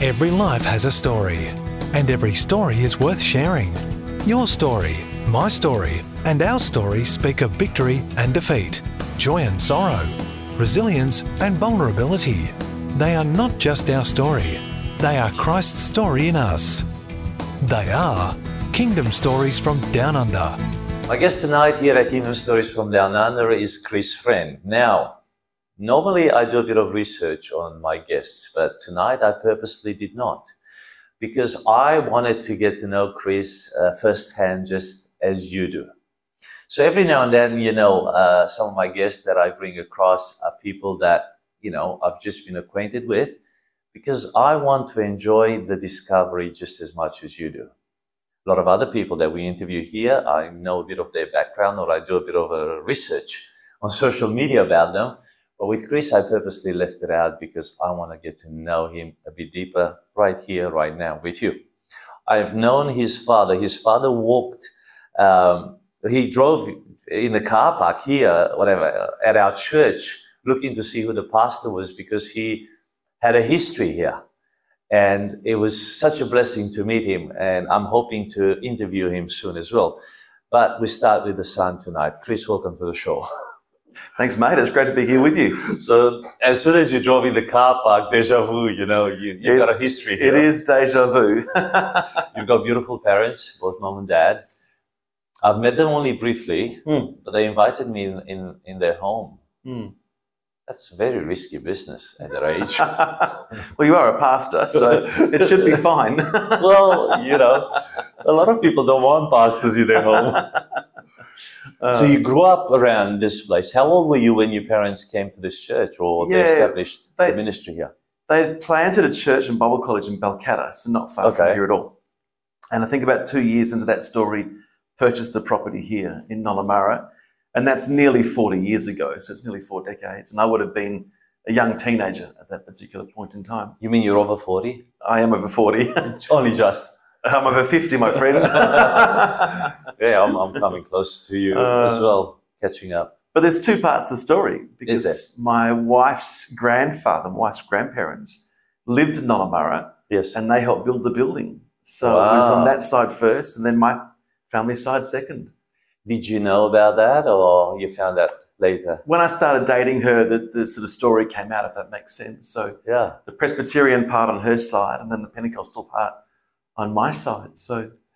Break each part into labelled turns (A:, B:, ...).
A: Every life has a story, and every story is worth sharing. Your story, my story, and our story speak of victory and defeat, joy and sorrow, resilience and vulnerability. They are not just our story, they are Christ's story in us. They are Kingdom Stories from Down Under.
B: My guest tonight here at Kingdom Stories from Down Under is Chris Friend. Now, normally I do a bit of research on my guests, but tonight I purposely did not because I wanted to get to know Chris uh, firsthand, just as you do. So every now and then, you know, uh, some of my guests that I bring across are people that you know I've just been acquainted with, because I want to enjoy the discovery just as much as you do. A lot of other people that we interview here, I know a bit of their background or I do a bit of a research on social media about them. But with Chris, I purposely left it out because I want to get to know him a bit deeper right here, right now with you. I've known his father. His father walked, um, he drove in the car park here, whatever, at our church, looking to see who the pastor was because he had a history here. And it was such a blessing to meet him. And I'm hoping to interview him soon as well. But we start with the son tonight. Chris, welcome to the show.
C: Thanks, mate. It's great to be here with you.
B: So as soon as you drove in the car park, deja vu, you know, you, you've
C: It-
B: got a history
C: It
B: here.
C: is deja vu.
B: You've got beautiful parents, both mom and dad. I've met them only briefly,
C: Hmm.
B: but they invited me in, in, in their home.
C: Hmm.
B: That's very risky business at their age.
C: well, you are a pastor, so it should be fine.
B: well, you know, a lot of people don't want pastors in their home.
C: Uh,
B: so
C: Um,
B: you grew up around this place. How old were you when your parents came to this church or they
C: Yeah,
B: established
C: they-
B: the ministry here?
C: they planted a church and Bible college in Balcatta, so not far
B: Okay.
C: from here at all. And I think about two years into that story, purchased the property here in Nullamurra, and that's nearly 40 years ago, so it's nearly four decades. And I would have been a young teenager at that particular point in time.
B: You mean you're over 40?
C: I am over 40.
B: Only just.
C: I'm over 50, my friend.
B: Yeah, I'm, I'm coming close to you
C: Uh,
B: as well, catching up.
C: But there's two parts to the story because
B: there?
C: my wife's grandfather, my wife's grandparents, lived in Nullamurra
B: Yes.
C: and they helped build the building. So it was
B: Wow.
C: on that side first and then my family side second.
B: Did you know about that or you found that later?
C: When I started dating her, the, the sort of story came out, if that makes sense. So
B: Yeah.
C: the Presbyterian part on her side and then the Pentecostal part on my side. So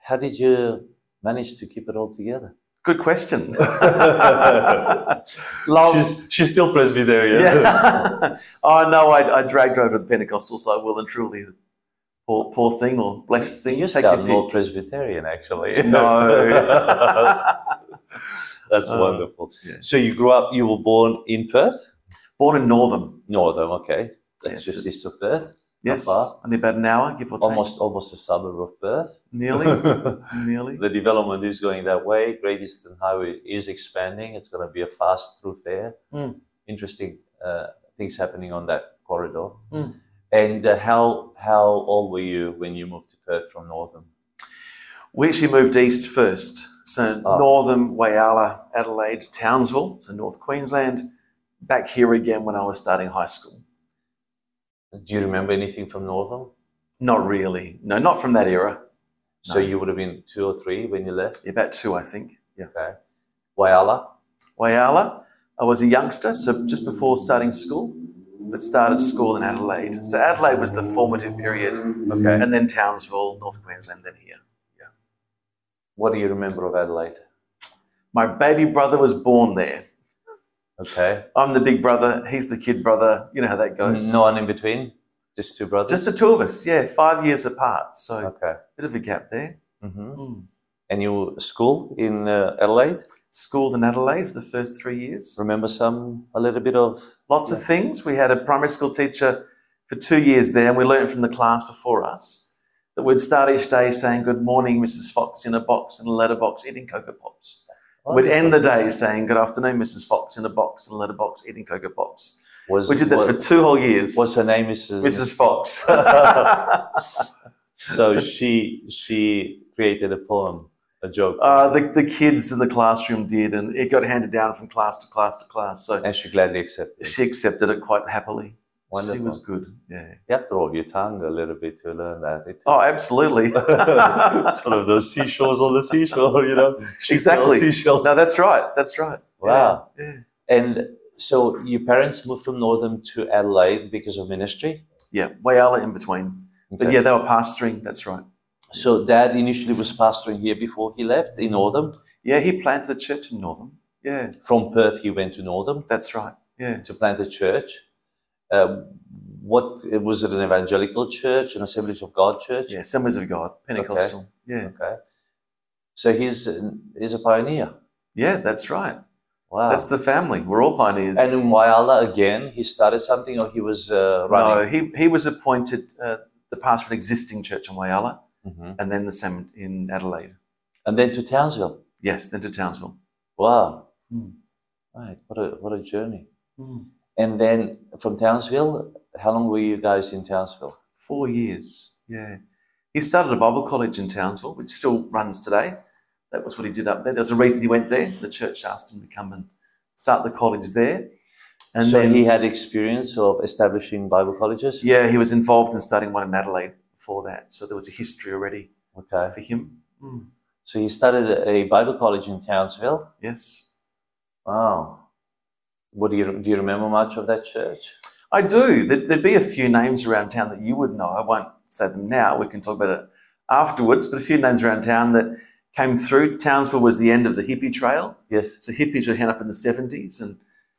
B: How did you manage to keep it all together?
C: good question. Love.
B: she's still Presbyterian.
C: Yeah. oh no, I, I dragged her over to the Pentecostal side, will and truly. Poor, poor thing or blessed thing.
B: You
C: Take
B: sound
C: your
B: more
C: pick.
B: Presbyterian, actually.
C: No.
B: That's
C: Uh,
B: wonderful.
C: yeah.
B: So you grew up, you were born in Perth?
C: Born in Northern.
B: Northern, okay. That's
C: Yes.
B: just east of Perth.
C: Yes.
B: far?
C: Only about an hour, give or take.
B: Almost, almost a suburb of Perth.
C: Nearly. nearly.
B: the development is going that way. Great Eastern Highway is expanding. It's going to be a fast through fare.
C: Mm.
B: Interesting uh, things happening on that corridor.
C: Mm.
B: And uh, how how old were you when you moved to Perth from Northern?
C: We actually moved east first. So
B: Ah.
C: Northern, Wayala, Adelaide, Townsville, so North Queensland. Back here again when I was starting high school.
B: Do you remember anything from Northern?
C: Not really. No, not from that era.
B: So
C: No.
B: you would have been two or three when you left.
C: About two, I think. Yeah.
B: Okay. Wyala.
C: Wayala. I was a youngster, so just before starting school, but started school in Adelaide. So Adelaide was the formative period,
B: Okay.
C: and then Townsville, North Queensland, then here.
B: what do you remember of Adelaide?
C: My baby brother was born there.
B: Okay.
C: I'm the big brother, he's the kid brother. You know how that goes.
B: No one in between. Just two brothers.
C: Just the two of us, yeah, five years apart. So a
B: okay.
C: bit of a gap there.
B: hmm
C: Mm.
B: And you school in uh, Adelaide?
C: Schooled in Adelaide for the first three years.
B: Remember some a little bit of
C: Lots of things. We had a primary school teacher for two years there, and we learned from the class before us that we'd start each day saying, Good morning, Mrs. Fox, in a box, in a letterbox, eating Cocoa Pops.
B: Oh,
C: We'd end the day saying, Good afternoon, Mrs. Fox, in a box, in a letterbox, eating Cocoa Pops.
B: Was,
C: We did that for
B: was,
C: two whole years.
B: What's her name, Mrs.
C: Mrs. Fox. Uh,
B: So she she created a poem, a joke,
C: Uh, the, the kids in the classroom did, and it got handed down from class to class to class. So
B: and she gladly accepted. it.
C: she accepted it quite happily.
B: Wonderful.
C: She was good. Yeah.
B: You have to roll your tongue a little bit to learn that. It-
C: Oh, absolutely.
B: it's one of those seashells on the seashore, you know. She sells
C: Exactly.
B: Seashells.
C: No, that's right. That's right.
B: Wow.
C: Yeah.
B: And so your parents moved from Northern to Adelaide because of ministry?
C: Yeah. Wayala in between. But
B: Okay.
C: yeah, they were pastoring. That's right.
B: So dad initially was pastoring here before he left in Northern.
C: Yeah, he planted a church in Northam. Yeah.
B: From Perth, he went to Northern
C: That's right. Yeah.
B: to plant a church. Um, what was it? An evangelical church, an Assemblies of God church?
C: Yeah. Assemblies of God, Pentecostal. Yeah.
B: Okay. So he's he's a pioneer.
C: Yeah, that's right.
B: Wow.
C: That's the family. We're all pioneers.
B: and in Wyala again, he started something or he was uh,
C: no,
B: running.
C: he, he was appointed uh, the pastor of an existing church in Wayala
B: Mhm.
C: and then the same in Adelaide.
B: And then to Townsville.
C: Yes, then to Townsville.
B: Wow.
C: Mm.
B: Right. What a what a journey. And then from Townsville, how long were you guys in Townsville?
C: Four years. Yeah. He started a Bible college in Townsville, which still runs today. That was what he did up there. There's a reason he went there. The church asked him to come and start the college there. And
B: so
C: then,
B: he had experience of establishing Bible colleges.
C: yeah, he was involved in starting one in Adelaide before that. So there was a history already
B: Okay.
C: for him.
B: Hmm.
C: Mm.
B: So he started a Bible college in Townsville.
C: Yes.
B: Wow. What do you do? You remember much of that church?
C: I do. There- There'd be a few names around town that you would know. I won't say them now. We can talk about it afterwards. But a few names around town that came through. Townsville was the end of the hippie trail.
B: Yes.
C: So hippies were hanging up in the 70s and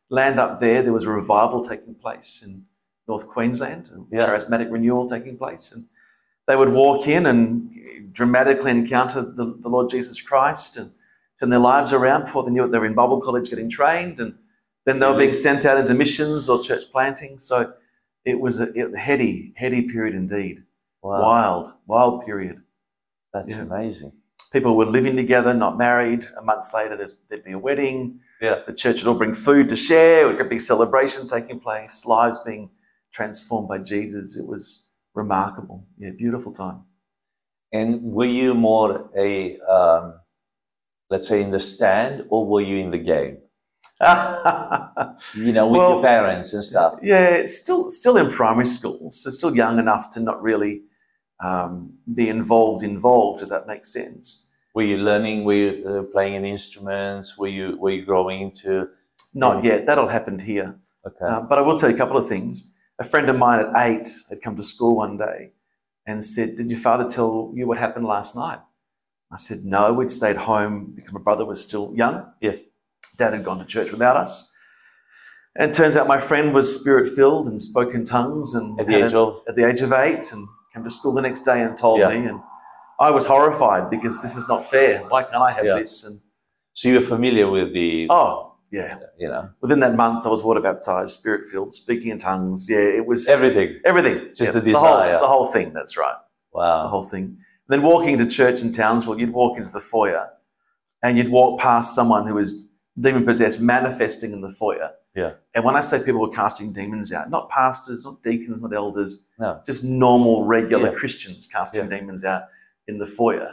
C: land up there. There was a revival taking place in North Queensland, and
B: Yeah.
C: charismatic renewal taking place. And they would walk in and dramatically encounter the, the Lord Jesus Christ and turn their lives around before they knew it. They were in Bible college getting trained, and then they were being sent out into missions or church planting. So it was a it, heady, heady period indeed.
B: Wow.
C: Wild, wild period.
B: That's
C: Yeah.
B: amazing.
C: People were living together, not married. A month later, there's, there'd be a wedding
B: Yeah.
C: the church would all bring food to share, we'd get a big celebration taking place, lives being transformed by Jesus. It was remarkable. Yeah, beautiful time.
B: And were you more a, um, let's say, in the stand, or were you in the game?
C: yeah,
B: You know, with your
C: Well-
B: parents and stuff.
C: still still in primary school, so still young enough to not really um, be involved, involved, if that makes sense.
B: Were you learning? Were you uh, playing any instruments? Were you were you growing into?
C: Not yet. That'll happen here.
B: Okay.
C: Um, but I will tell you a couple of things. A friend of mine at eight had come to school one day and said, Did your father tell you what happened last night? I said, No, we'd stayed home because my brother was still young.
B: Yes.
C: Dad had gone to church without us. And it turns out my friend was spirit filled and spoke in tongues and
B: At the
C: had a-
B: age of
C: at the age of eight and came to school the next day and told
B: Yeah.
C: me. And I was horrified because this is not fair. Why can't I have
B: Yeah.
C: this? And
B: so you were familiar with the
C: oh, yeah.
B: you know
C: Within that month, I was water baptized, spirit filled, speaking in tongues. Yeah, it was
B: everything.
C: Everything.
B: Just the
C: The
B: desire.
C: whole, the whole thing, that's right. The
B: Wow.
C: whole thing. Then walking to church in Townsville, you'd walk into the foyer and you'd walk past someone who was demon possessed manifesting in the foyer.
B: Yeah.
C: And when I say people were casting demons out, not pastors, not deacons, not elders,
B: No.
C: just normal, regular
B: Yeah.
C: Christians casting demons out in the foyer.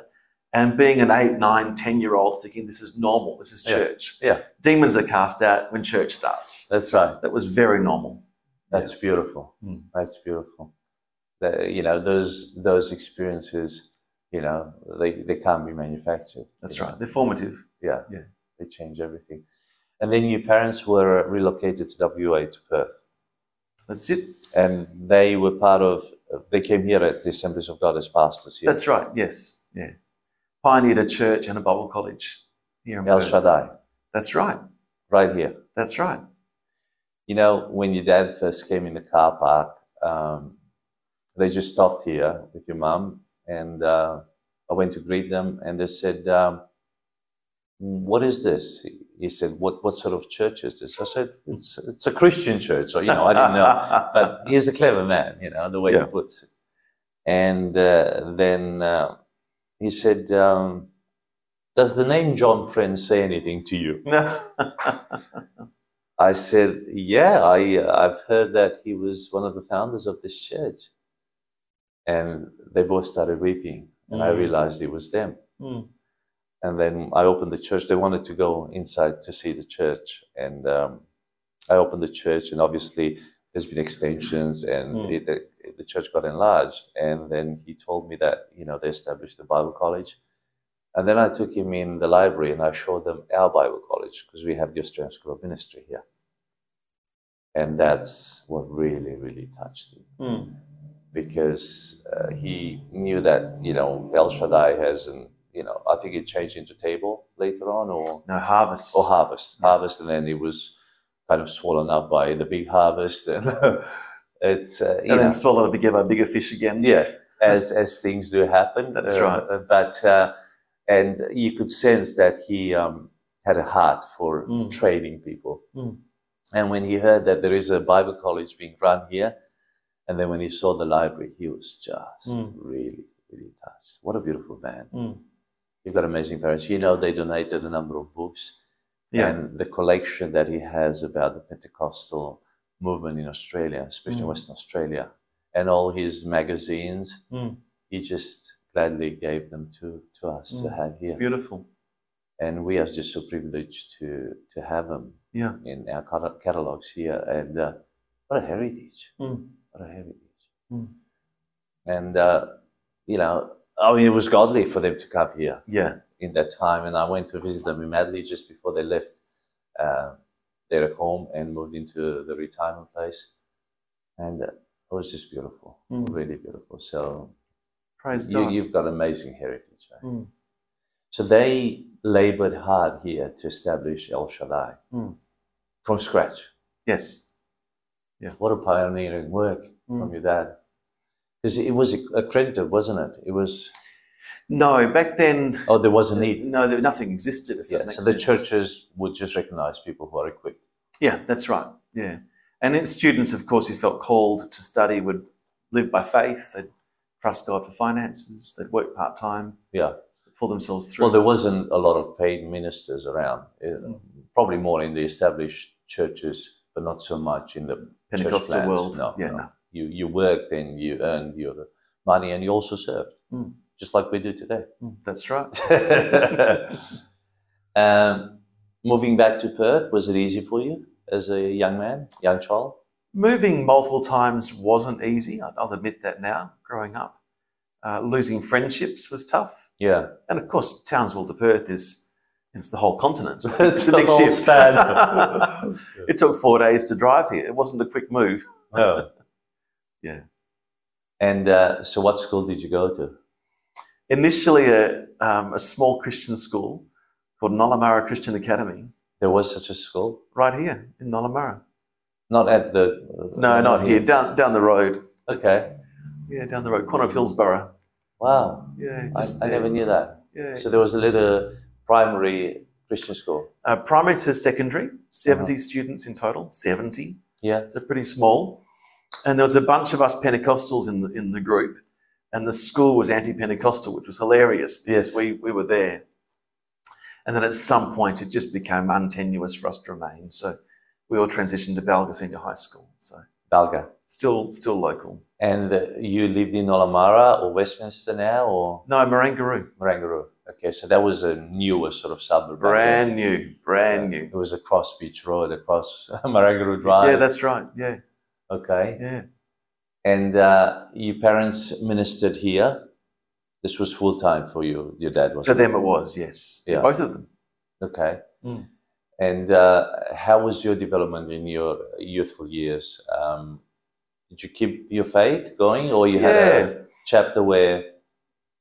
C: And being an eight, nine, ten year old thinking this is normal, this is
B: Yeah.
C: church.
B: Yeah.
C: Demons are cast out when church starts.
B: That's right.
C: That was very normal.
B: That's beautiful.
C: Mm.
B: That's beautiful. The- you know those those experiences. You know they, they can't be manufactured.
C: That's
B: you know.
C: right. They're formative.
B: Yeah.
C: Yeah.
B: They change everything. And then your parents were relocated to WA to Perth,
C: That's it.
B: and they were part of. They came here at the Assemblies of God as pastors here.
C: That's right. Yes. Yeah. Pioneered a church and a Bible college here in
B: El
C: Perth.
B: Shaddai,
C: That's right.
B: right here.
C: That's right.
B: You know, when your dad first came in the car park, um, they just stopped here with your mum, and uh, I went to greet them, and they said, um, "What is this?" He said, "What what sort of church is this?" I said, "It's it's a Christian church." So you know, I didn't know. but he's a clever man, you know, the way
C: Yeah.
B: he puts it. And uh, then uh, he said, um, Does the name John Friend say anything to you? I said, Yeah, I, uh, I've heard that he was one of the founders of this church. And they both started weeping. And I
C: Mm.
B: realized it was them.
C: Mm.
B: And then I opened the church. They wanted to go inside to see the church. And um, I opened the church, and obviously, there's been extensions and
C: Mm.
B: it- the, the church got enlarged. And then he told me that, you know, they established the Bible college. And then I took him in the library and I showed them our Bible college because we have the Australian School of Ministry here. And that's what really, really touched him
C: Mm.
B: because uh, he knew that, you know, El Shaddai has, and, you know, I think it changed into table later on or
C: No harvest.
B: or harvest, harvest, and then it was kind of swollen up by the big harvest, and it's uh, you
C: and
B: know,
C: then swallow it to get a bigger fish again.
B: yeah, as as things do happen.
C: That's right.
B: uh, But uh, and you could sense that he um, had a heart for
C: Mm.
B: training people,
C: Mm.
B: and when he heard that there is a Bible college being run here, and then when he saw the library, he was just
C: Mm.
B: really really touched. What a beautiful man!
C: Mm.
B: You've got amazing parents. You know they donated a number of books
C: Yeah.
B: and the collection that he has about the Pentecostal movement in Australia, especially
C: Mm.
B: Western Australia, and all his magazines.
C: Mm.
B: He just gladly gave them to, to us to
C: Mm.
B: have
C: It's
B: here.
C: beautiful.
B: And we are just so privileged to, to have them
C: Yeah.
B: in our cata- catalogs here. And uh, what a heritage!
C: Mm.
B: What a heritage.
C: Mm.
B: And, uh, you know, I mean, it was godly for them to come here
C: Yeah.
B: in that time, and I went to visit them in Medley just before they left uh, their home and moved into the retirement place, and uh, it was just beautiful,
C: Mm.
B: really beautiful. So
C: Praise
B: you,
C: God.
B: you've got amazing heritage. Right?
C: Mm.
B: So they labored hard here to establish El Shaddai
C: Mm.
B: from scratch.
C: Yes.
B: What a pioneering work from
C: Mm.
B: your dad, because it was accredited, wasn't it? It was.
C: No, back then,
B: Oh, there was a need.
C: no, there, nothing existed. If that
B: Yeah.
C: makes
B: So the
C: sense.
B: churches would just recognize people who are equipped.
C: Yeah, that's right. Yeah. And then students, of course, who felt called to study would live by faith, they'd trust God for finances, they'd work part time,
B: Yeah.
C: pull themselves through.
B: Well, there wasn't a lot of paid ministers around. Uh,
C: Hmm.
B: Probably more in the established churches, but not so much in the church
C: Pentecostal
B: plans.
C: world.
B: No,
C: yeah,
B: no.
C: no.
B: You you worked and you earned your money and you also served,
C: Mm.
B: just like we do today.
C: Mm, That's right.
B: um, moving back to Perth, was it easy for you as a young man, young child?
C: Moving multiple times wasn't easy. I- I'll admit that now, growing up. Uh, losing friendships was tough.
B: Yeah,
C: And of course, Townsville to Perth is it's the whole continent. so
B: It's
C: the
B: the
C: big
B: whole
C: shift.
B: span.
C: it took four days to drive here. It wasn't a quick move.
B: no.
C: Yeah.
B: Oh. And uh, so, what school did you go to?
C: initially a, um, a small Christian school called Nolamara Christian Academy,
B: There was such a school,
C: right here in Nolamara.
B: not at the.
C: No, not here, down down the road.
B: Okay.
C: Yeah, down the road, corner of Hillsborough.
B: Wow.
C: Yeah,
B: I,
C: just
B: I
C: there.
B: never knew that.
C: Yeah.
B: So there was a little primary Christian school.
C: uh, primary to secondary, 70 students in total, 70.
B: Yeah.
C: So pretty small. And there was a bunch of us Pentecostals in the, in the group, and the school was anti Pentecostal, which was hilarious because we, we were there. And then at some point, it just became untenuous for us to remain. So we all transitioned to Balga Senior High School. So
B: Balga.
C: still still local.
B: And uh, you lived in Olamara or Westminster now or
C: No, Marangaroo.
B: Marangaroo? Okay, so that was a newer sort of suburb. back then.
C: Brand new. Brand new.
B: It was across Beach Road, across Marangaroo Drive.
C: Yeah, that's right. Yeah,
B: okay.
C: yeah.
B: And uh, your parents ministered here. This was full time for you. Your dad was
C: For them, it was, yes.
B: Yeah.
C: Both of them.
B: Okay.
C: Mm.
B: And uh, how was your development in your youthful years? Um, did you keep your faith going, or you had a chapter where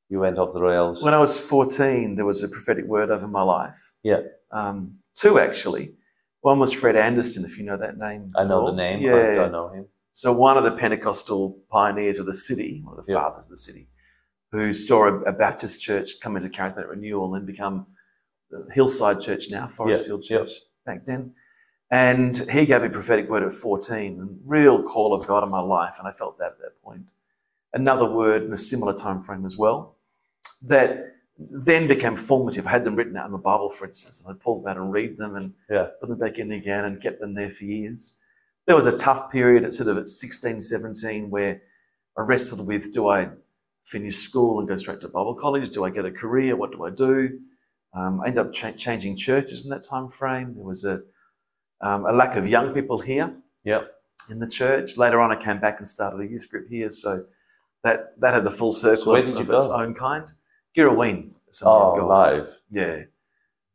B: you went off the rails?
C: When I was 14, there was a prophetic word over my life.
B: Yeah.
C: Um, two, actually. One was Fred Anderson, if you know that name.
B: I
C: at
B: know
C: all.
B: the name, but I
C: Oh, Yeah.
B: don't know him.
C: So, one of the Pentecostal pioneers of the city, one of the
B: Yeah.
C: fathers of the city, who saw a, a Baptist church come into charismatic renewal and become the Hillside Church now, Forest
B: Yeah,
C: Field
B: yeah.
C: Church back then. And he gave me a prophetic word at 14, and real call of God in my life, and I felt that at that point. Another word in a similar time frame as well, that then became formative. I had them written out in the Bible, for instance, and I'd pull them out and read them and
B: Yeah.
C: put them back in again and kept them there for years. There was a tough period at sort of at 16, 17 where I wrestled with do I finish school and go straight to Bible college? Do I get a career? What do I do? Um, I ended up cha- changing churches in that time frame. There was a, um, a lack of young people here.
B: Yep.
C: in the church. Later on, I came back and started a youth group here, so that that had a full circle
B: where
C: of,
B: did you
C: of its
B: go?
C: own kind. Girraween. is somewhere
B: Oh,
C: I've gone.
B: live.
C: Yeah.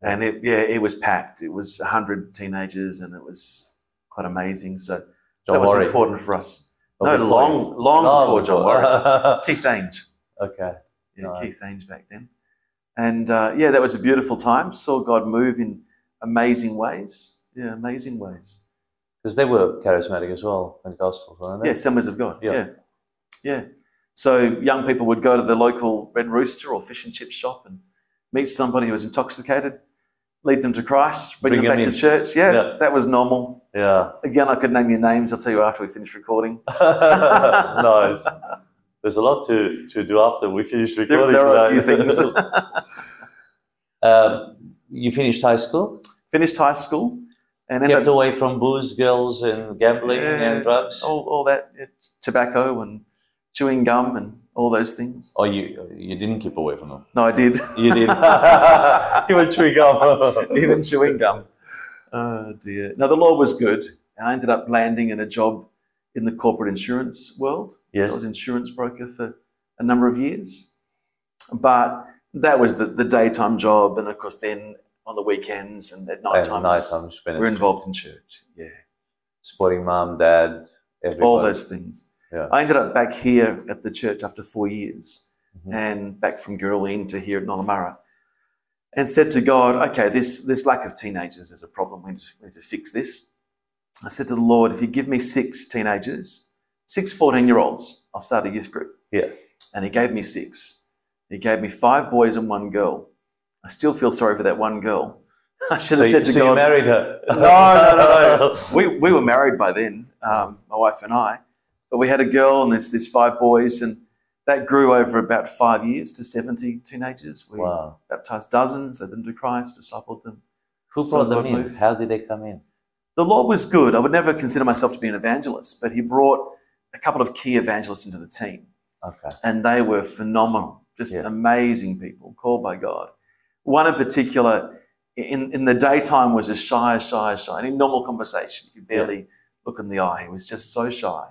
C: And it, yeah, it was packed. It was 100 teenagers and it was quite amazing. So
B: John
C: that was
B: Warwick.
C: important for us.
B: Or
C: no,
B: before you?
C: long, long,
B: Long
C: before John
B: before.
C: Warwick. Keith Ainge.
B: okay.
C: Yeah,
B: Nice.
C: Keith Ainge back then. And uh, yeah, that was a beautiful time. Saw God move in amazing ways. Yeah, amazing ways.
B: Because they were charismatic as well, Pentecostals, weren't they?
C: Yeah, Assemblies of God.
B: Yeah.
C: Yeah. yeah. So young people would go to the local Red Rooster or fish and chip shop and meet somebody who was intoxicated, lead them to Christ, bring,
B: Bring
C: them back
B: them in.
C: to church. Yeah,
B: Yeah.
C: that was normal.
B: Yeah.
C: Again, I could name your names. I'll tell you after we finish recording.
B: nice. There's a lot to, to do after we finish
C: There,
B: recording.
C: there are a few
B: tonight.
C: things.
B: um, you finished high school,
C: Finished high school and ended
B: kept away from booze, girls, and gambling
C: Yeah. Oh.
B: and drugs.
C: all, all that yeah, t- tobacco and chewing gum and all those things.
B: Or Oh, you you didn't keep away from them.
C: No, I did.
B: You did. you were chewing gum.
C: even chewing gum. Oh dear. Now the law was good. I ended up landing in a job in the corporate insurance world.
B: Yes.
C: So I was insurance broker for a number of years. But that was the, the daytime job and of course then on the weekends and at night
B: and night
C: times
B: time spent
C: we're involved in church. Yeah.
B: supporting mom, dad, everybody.
C: All those things.
B: Yeah.
C: I ended up back here at the church after four years
B: Mhm.
C: and back from Girraween to here at Nullamurra and said to God, okay, this, this lack of teenagers is a problem. We need, to, we need to fix this. I said to the Lord, if you give me six teenagers, six 14 year olds, I'll start a youth group.
B: Yeah.
C: And He gave me six. He gave me five boys and one girl. I still feel sorry for that one girl. I should
B: So,
C: have
B: you-
C: said to
B: so
C: God,
B: you married her?
C: no, no, no, no. We, we were married by then, um, my wife and I. But we had a girl and there's, there's five boys, and that grew over about five years to 70 teenagers. We
B: Wow.
C: baptized dozens, led them to Christ, discipled them.
B: Who
C: So
B: brought them
C: God
B: in?
C: moved.
B: How did they come in?
C: The Lord was good. I would never consider myself to be an evangelist, but He brought a couple of key evangelists into the team,
B: Okay.
C: and they were phenomenal, just
B: Yeah.
C: amazing people called by God. One in particular, in, in the daytime, was as shy, as shy, as shy. And in normal conversation, you could barely look in the eye. He was just so shy.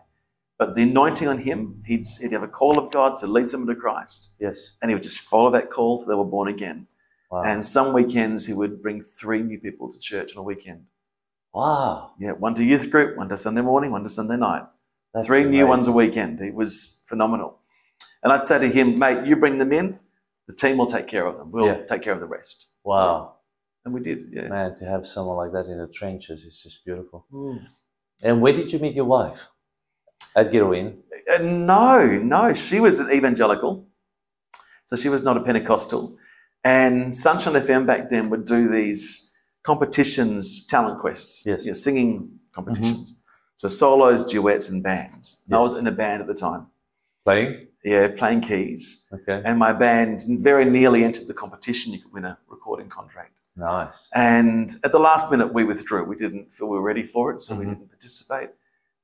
C: But the anointing on him, he'd, he'd have a call of God to lead someone to Christ,
B: Yes.
C: and he would just follow that call till they were born again.
B: Wow.
C: And some weekends, he would bring three new people to church on a weekend.
B: wow.
C: Yeah, one to youth group, one to Sunday morning, one to Sunday night.
B: That's
C: Three new
B: amazing.
C: ones a weekend. It was phenomenal. And I'd say to him, mate, you bring them in, the team will take care of them. We'll
B: Yeah.
C: take care of the rest.
B: Wow.
C: And we did, yeah.
B: Man, to have someone like that in the trenches is just beautiful.
C: Mm.
B: And where did you meet your wife? At Girwin.
C: Uh, No, no, she was an evangelical. So she was not a Pentecostal. And Sunshine FM back then would do these competitions, talent quests,
B: Yes. Mm-hmm.
C: yeah, singing competitions. So solos, duets, and bands. And I
B: Yes.
C: was in a band at the time,
B: Playing?
C: yeah, playing keys.
B: Okay.
C: And my band very nearly entered the competition. You could win a recording contract.
B: nice.
C: And at the last minute, we withdrew. We didn't feel we were ready for it, so we
B: Mhm.
C: didn't participate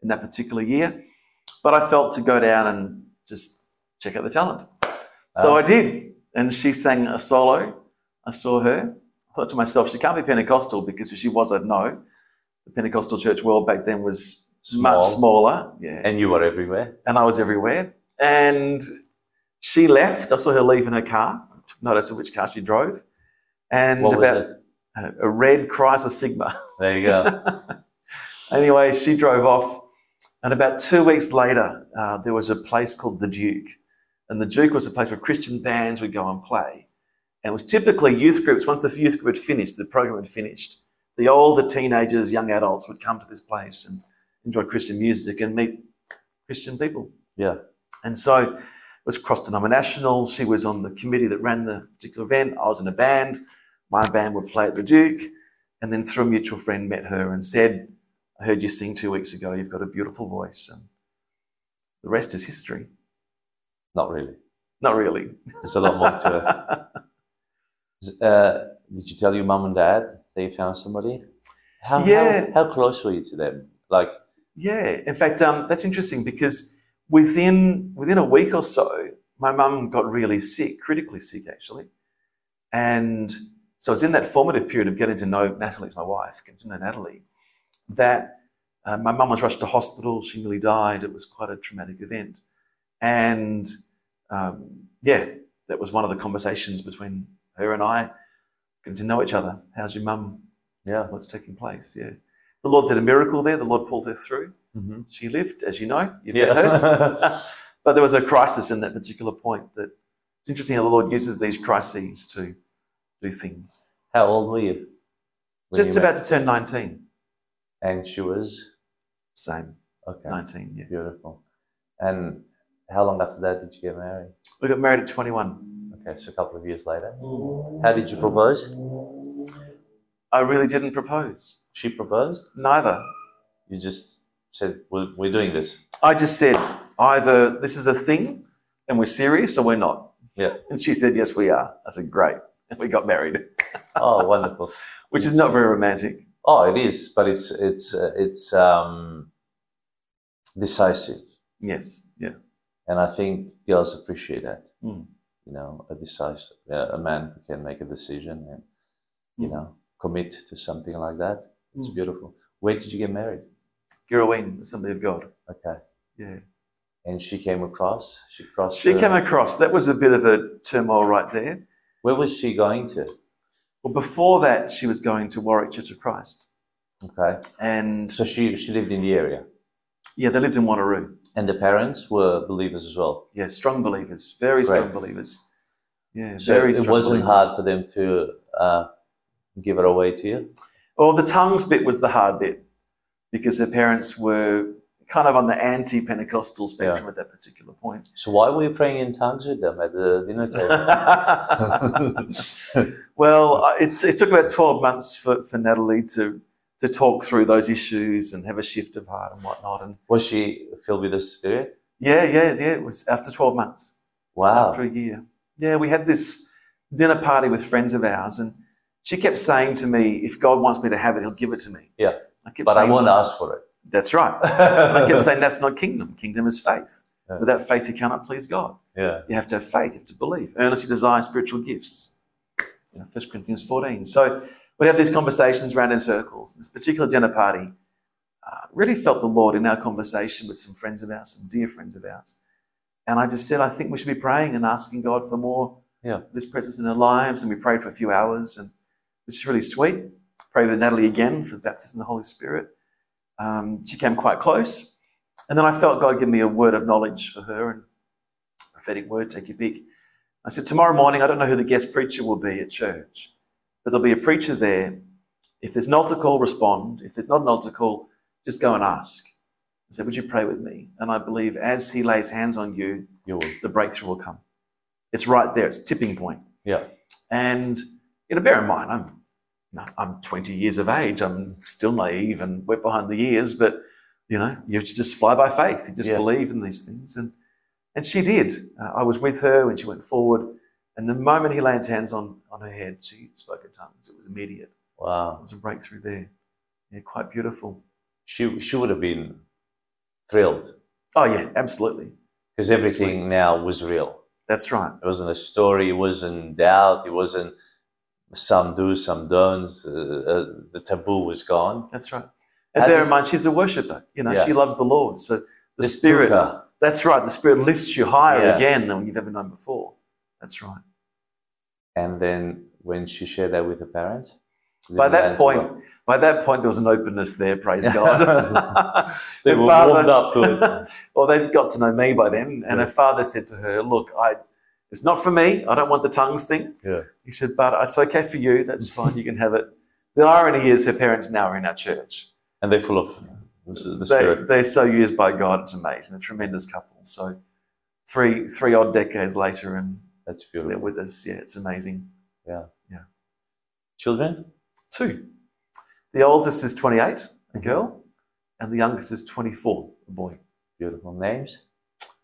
C: in that particular year. But I felt to go down and just check out the talent. So
B: Ah.
C: I did. And she sang a solo. I saw her. I thought to myself, she can't be Pentecostal because if she was, I'd know. The Pentecostal church world back then was much
B: Small.
C: smaller. Yeah.
B: And you were everywhere.
C: And I was everywhere. And she left. I saw her leave in her car. Took notice of which car she drove. And
B: What was
C: about
B: it?
C: a a red Chrysler Sigma.
B: There you go.
C: Anyway, she drove off, and about two weeks later, uh, there was a place called the Duke, and the Duke was a place where Christian bands would go and play, and it was typically youth groups. Once the youth group had finished, the program had finished, the older teenagers, young adults would come to this place and enjoy Christian music and meet Christian people.
B: Yeah.
C: And so it was cross denominational. She was on the committee that ran the particular event. I was in a band. My band would play at the Duke. And then through a mutual friend met her and said, I heard you sing two weeks ago. You've got a beautiful voice. And the rest is history.
B: Not really.
C: Not really.
B: There's a lot more to it. Uh, did you tell your mum and dad that you found somebody? How,
C: Yeah.
B: how, how close were you to them? Like,
C: yeah. In fact, um, that's interesting because within within a week or so, my mum got really sick, critically sick actually. And so I was in that formative period of getting to know Natalie as my wife, getting to know Natalie, that Uh, my mum was rushed to hospital. She nearly died. It was quite a traumatic event. And um, yeah, that was one of the conversations between her and I, getting to know each other. How's your mum?
B: Yeah.
C: What's taking place? Yeah. The Lord did a miracle there. The Lord pulled her through.
B: Mhm.
C: She lived, as you know. You've met her.
B: Yeah.
C: But there was a crisis in that particular point that it's interesting how the Lord uses these crises to do things.
B: How old were you? when
C: Just
B: you met?
C: about to turn 19.
B: And she was?
C: Same,
B: Okay.
C: 19, yeah.
B: Beautiful. And how long after that did you get married?
C: We got married at 21.
B: Okay, so a couple of years later. How did you propose?
C: I really didn't propose.
B: She proposed?
C: Neither.
B: You just said, we're, we're doing this.
C: I just said, either this is a thing and we're serious or we're not.
B: Yeah.
C: And she said, yes, we are. I said, great. And we got married,
B: Oh, wonderful.
C: which is not very romantic.
B: Oh, it is, but it's, it's, uh, it's um, decisive.
C: Yes. Yeah.
B: And I think girls appreciate that.
C: Mm.
B: You know, a decisive, uh, a man who can make a decision and, you
C: Mm.
B: know, commit to something like that. It's
C: Mm.
B: beautiful. Where did you get married?
C: Giroween, Assembly of God.
B: Okay.
C: Yeah.
B: And she came across? She crossed.
C: She
B: the-
C: came across. That was a bit of a turmoil right there.
B: Where was she going to?
C: Well, before that, she was going to Warwick Church of Christ.
B: Okay.
C: And
B: So she, she lived in the area.
C: yeah, they lived in Wanneroo.
B: And the parents were believers as well.
C: Yeah, strong believers, very strong
B: Right.
C: believers. Yeah,
B: So
C: very
B: it
C: strong.
B: wasn't
C: believers.
B: hard for them to uh, give it away to you.
C: Well, the tongues bit was the hard bit because her parents were kind of on the anti Pentecostal spectrum at that particular point.
B: So why were you praying in tongues with them at the dinner table?
C: well, I- it, it took about 12 months for, for Natalie to, to talk through those issues and have a shift of heart and whatnot. And
B: was she filled with the Spirit?
C: yeah, yeah, yeah, it was after 12 months.
B: Wow.
C: after a year. Yeah, we had this dinner party with friends of ours, and she kept saying to me, "If God wants me to have it, He'll give it to me."
B: Yeah.
C: I kept
B: but I
C: saying,
B: won't ask for it.
C: That's right. And I kept saying, "That's not kingdom. Kingdom is faith.
B: Yeah.
C: Without faith, you cannot please God.
B: yeah.
C: You have to have faith. You have to believe. Earnestly desire spiritual gifts." You know, 1 Corinthians 14. So we have these conversations round in circles. This particular dinner party uh, really felt the Lord in our conversation with some friends of ours, some dear friends of ours. And I just said, I think we should be praying and asking God for more
B: Yeah.
C: of His presence in our lives. And we prayed for a few hours, and which is really sweet. Prayed with Natalie again for baptism in the Holy Spirit. Um, she came quite close. And then I felt God give me a word of knowledge for her and prophetic word, take your pick. I said, Tomorrow morning, I don't know who the guest preacher will be at church, but there'll be a preacher there. If there's an altar call, respond. If there's not an altar call, just go and ask. I said, Would you pray with me? And I believe as he lays hands on you,
B: You will.
C: the breakthrough will come. It's right there. It's tipping point.
B: Yeah.
C: And you know, bear in mind, I'm you know, I'm 20 years of age. I'm still naive and wet behind the ears, but you know, you just fly by faith. You just
B: Yeah.
C: believe in these things, and and she did. Uh, I was with her when she went forward, and the moment he laid his hands on on her head, she spoke in tongues. It was immediate. It
B: Wow.
C: was a breakthrough there. Yeah, quite beautiful.
B: She, she would have been thrilled
C: Oh yeah, absolutely.
B: because everything now was real.
C: That's right.
B: It wasn't a story. It wasn't doubt. It wasn't some do's, some don'ts. Uh, uh, the taboo was gone.
C: That's right. And
B: How
C: bear
B: do-
C: in mind, she's a worshipper. You know,
B: Yeah.
C: she loves the Lord. So the
B: This
C: Spirit.
B: took her.
C: That's right. The Spirit lifts you higher
B: Yeah.
C: again than you've ever known before. That's right.
B: And then when she shared that with her parents, did
C: by
B: it
C: that
B: land
C: point,
B: well?
C: by that point, there was an openness there. Praise God.
B: they
C: Her
B: were
C: father-
B: warmed up to it.
C: well, they'd got to know me by then, and
B: Yeah.
C: her father said to her, "Look, I, it's not for me. I don't want the tongues thing."
B: Yeah.
C: He said, "But it's okay for you. That's fine. You can have it." The irony is, her parents now are in our church.
B: And they're full of the
C: they,
B: spirit.
C: they're so used by God. It's amazing. A tremendous couple. So three three odd decades later, and
B: That's
C: they're
B: beautiful.
C: with us. Yeah, it's amazing.
B: Children?
C: Two. The oldest is 28, a girl, and the youngest is 24, a boy.
B: Beautiful names.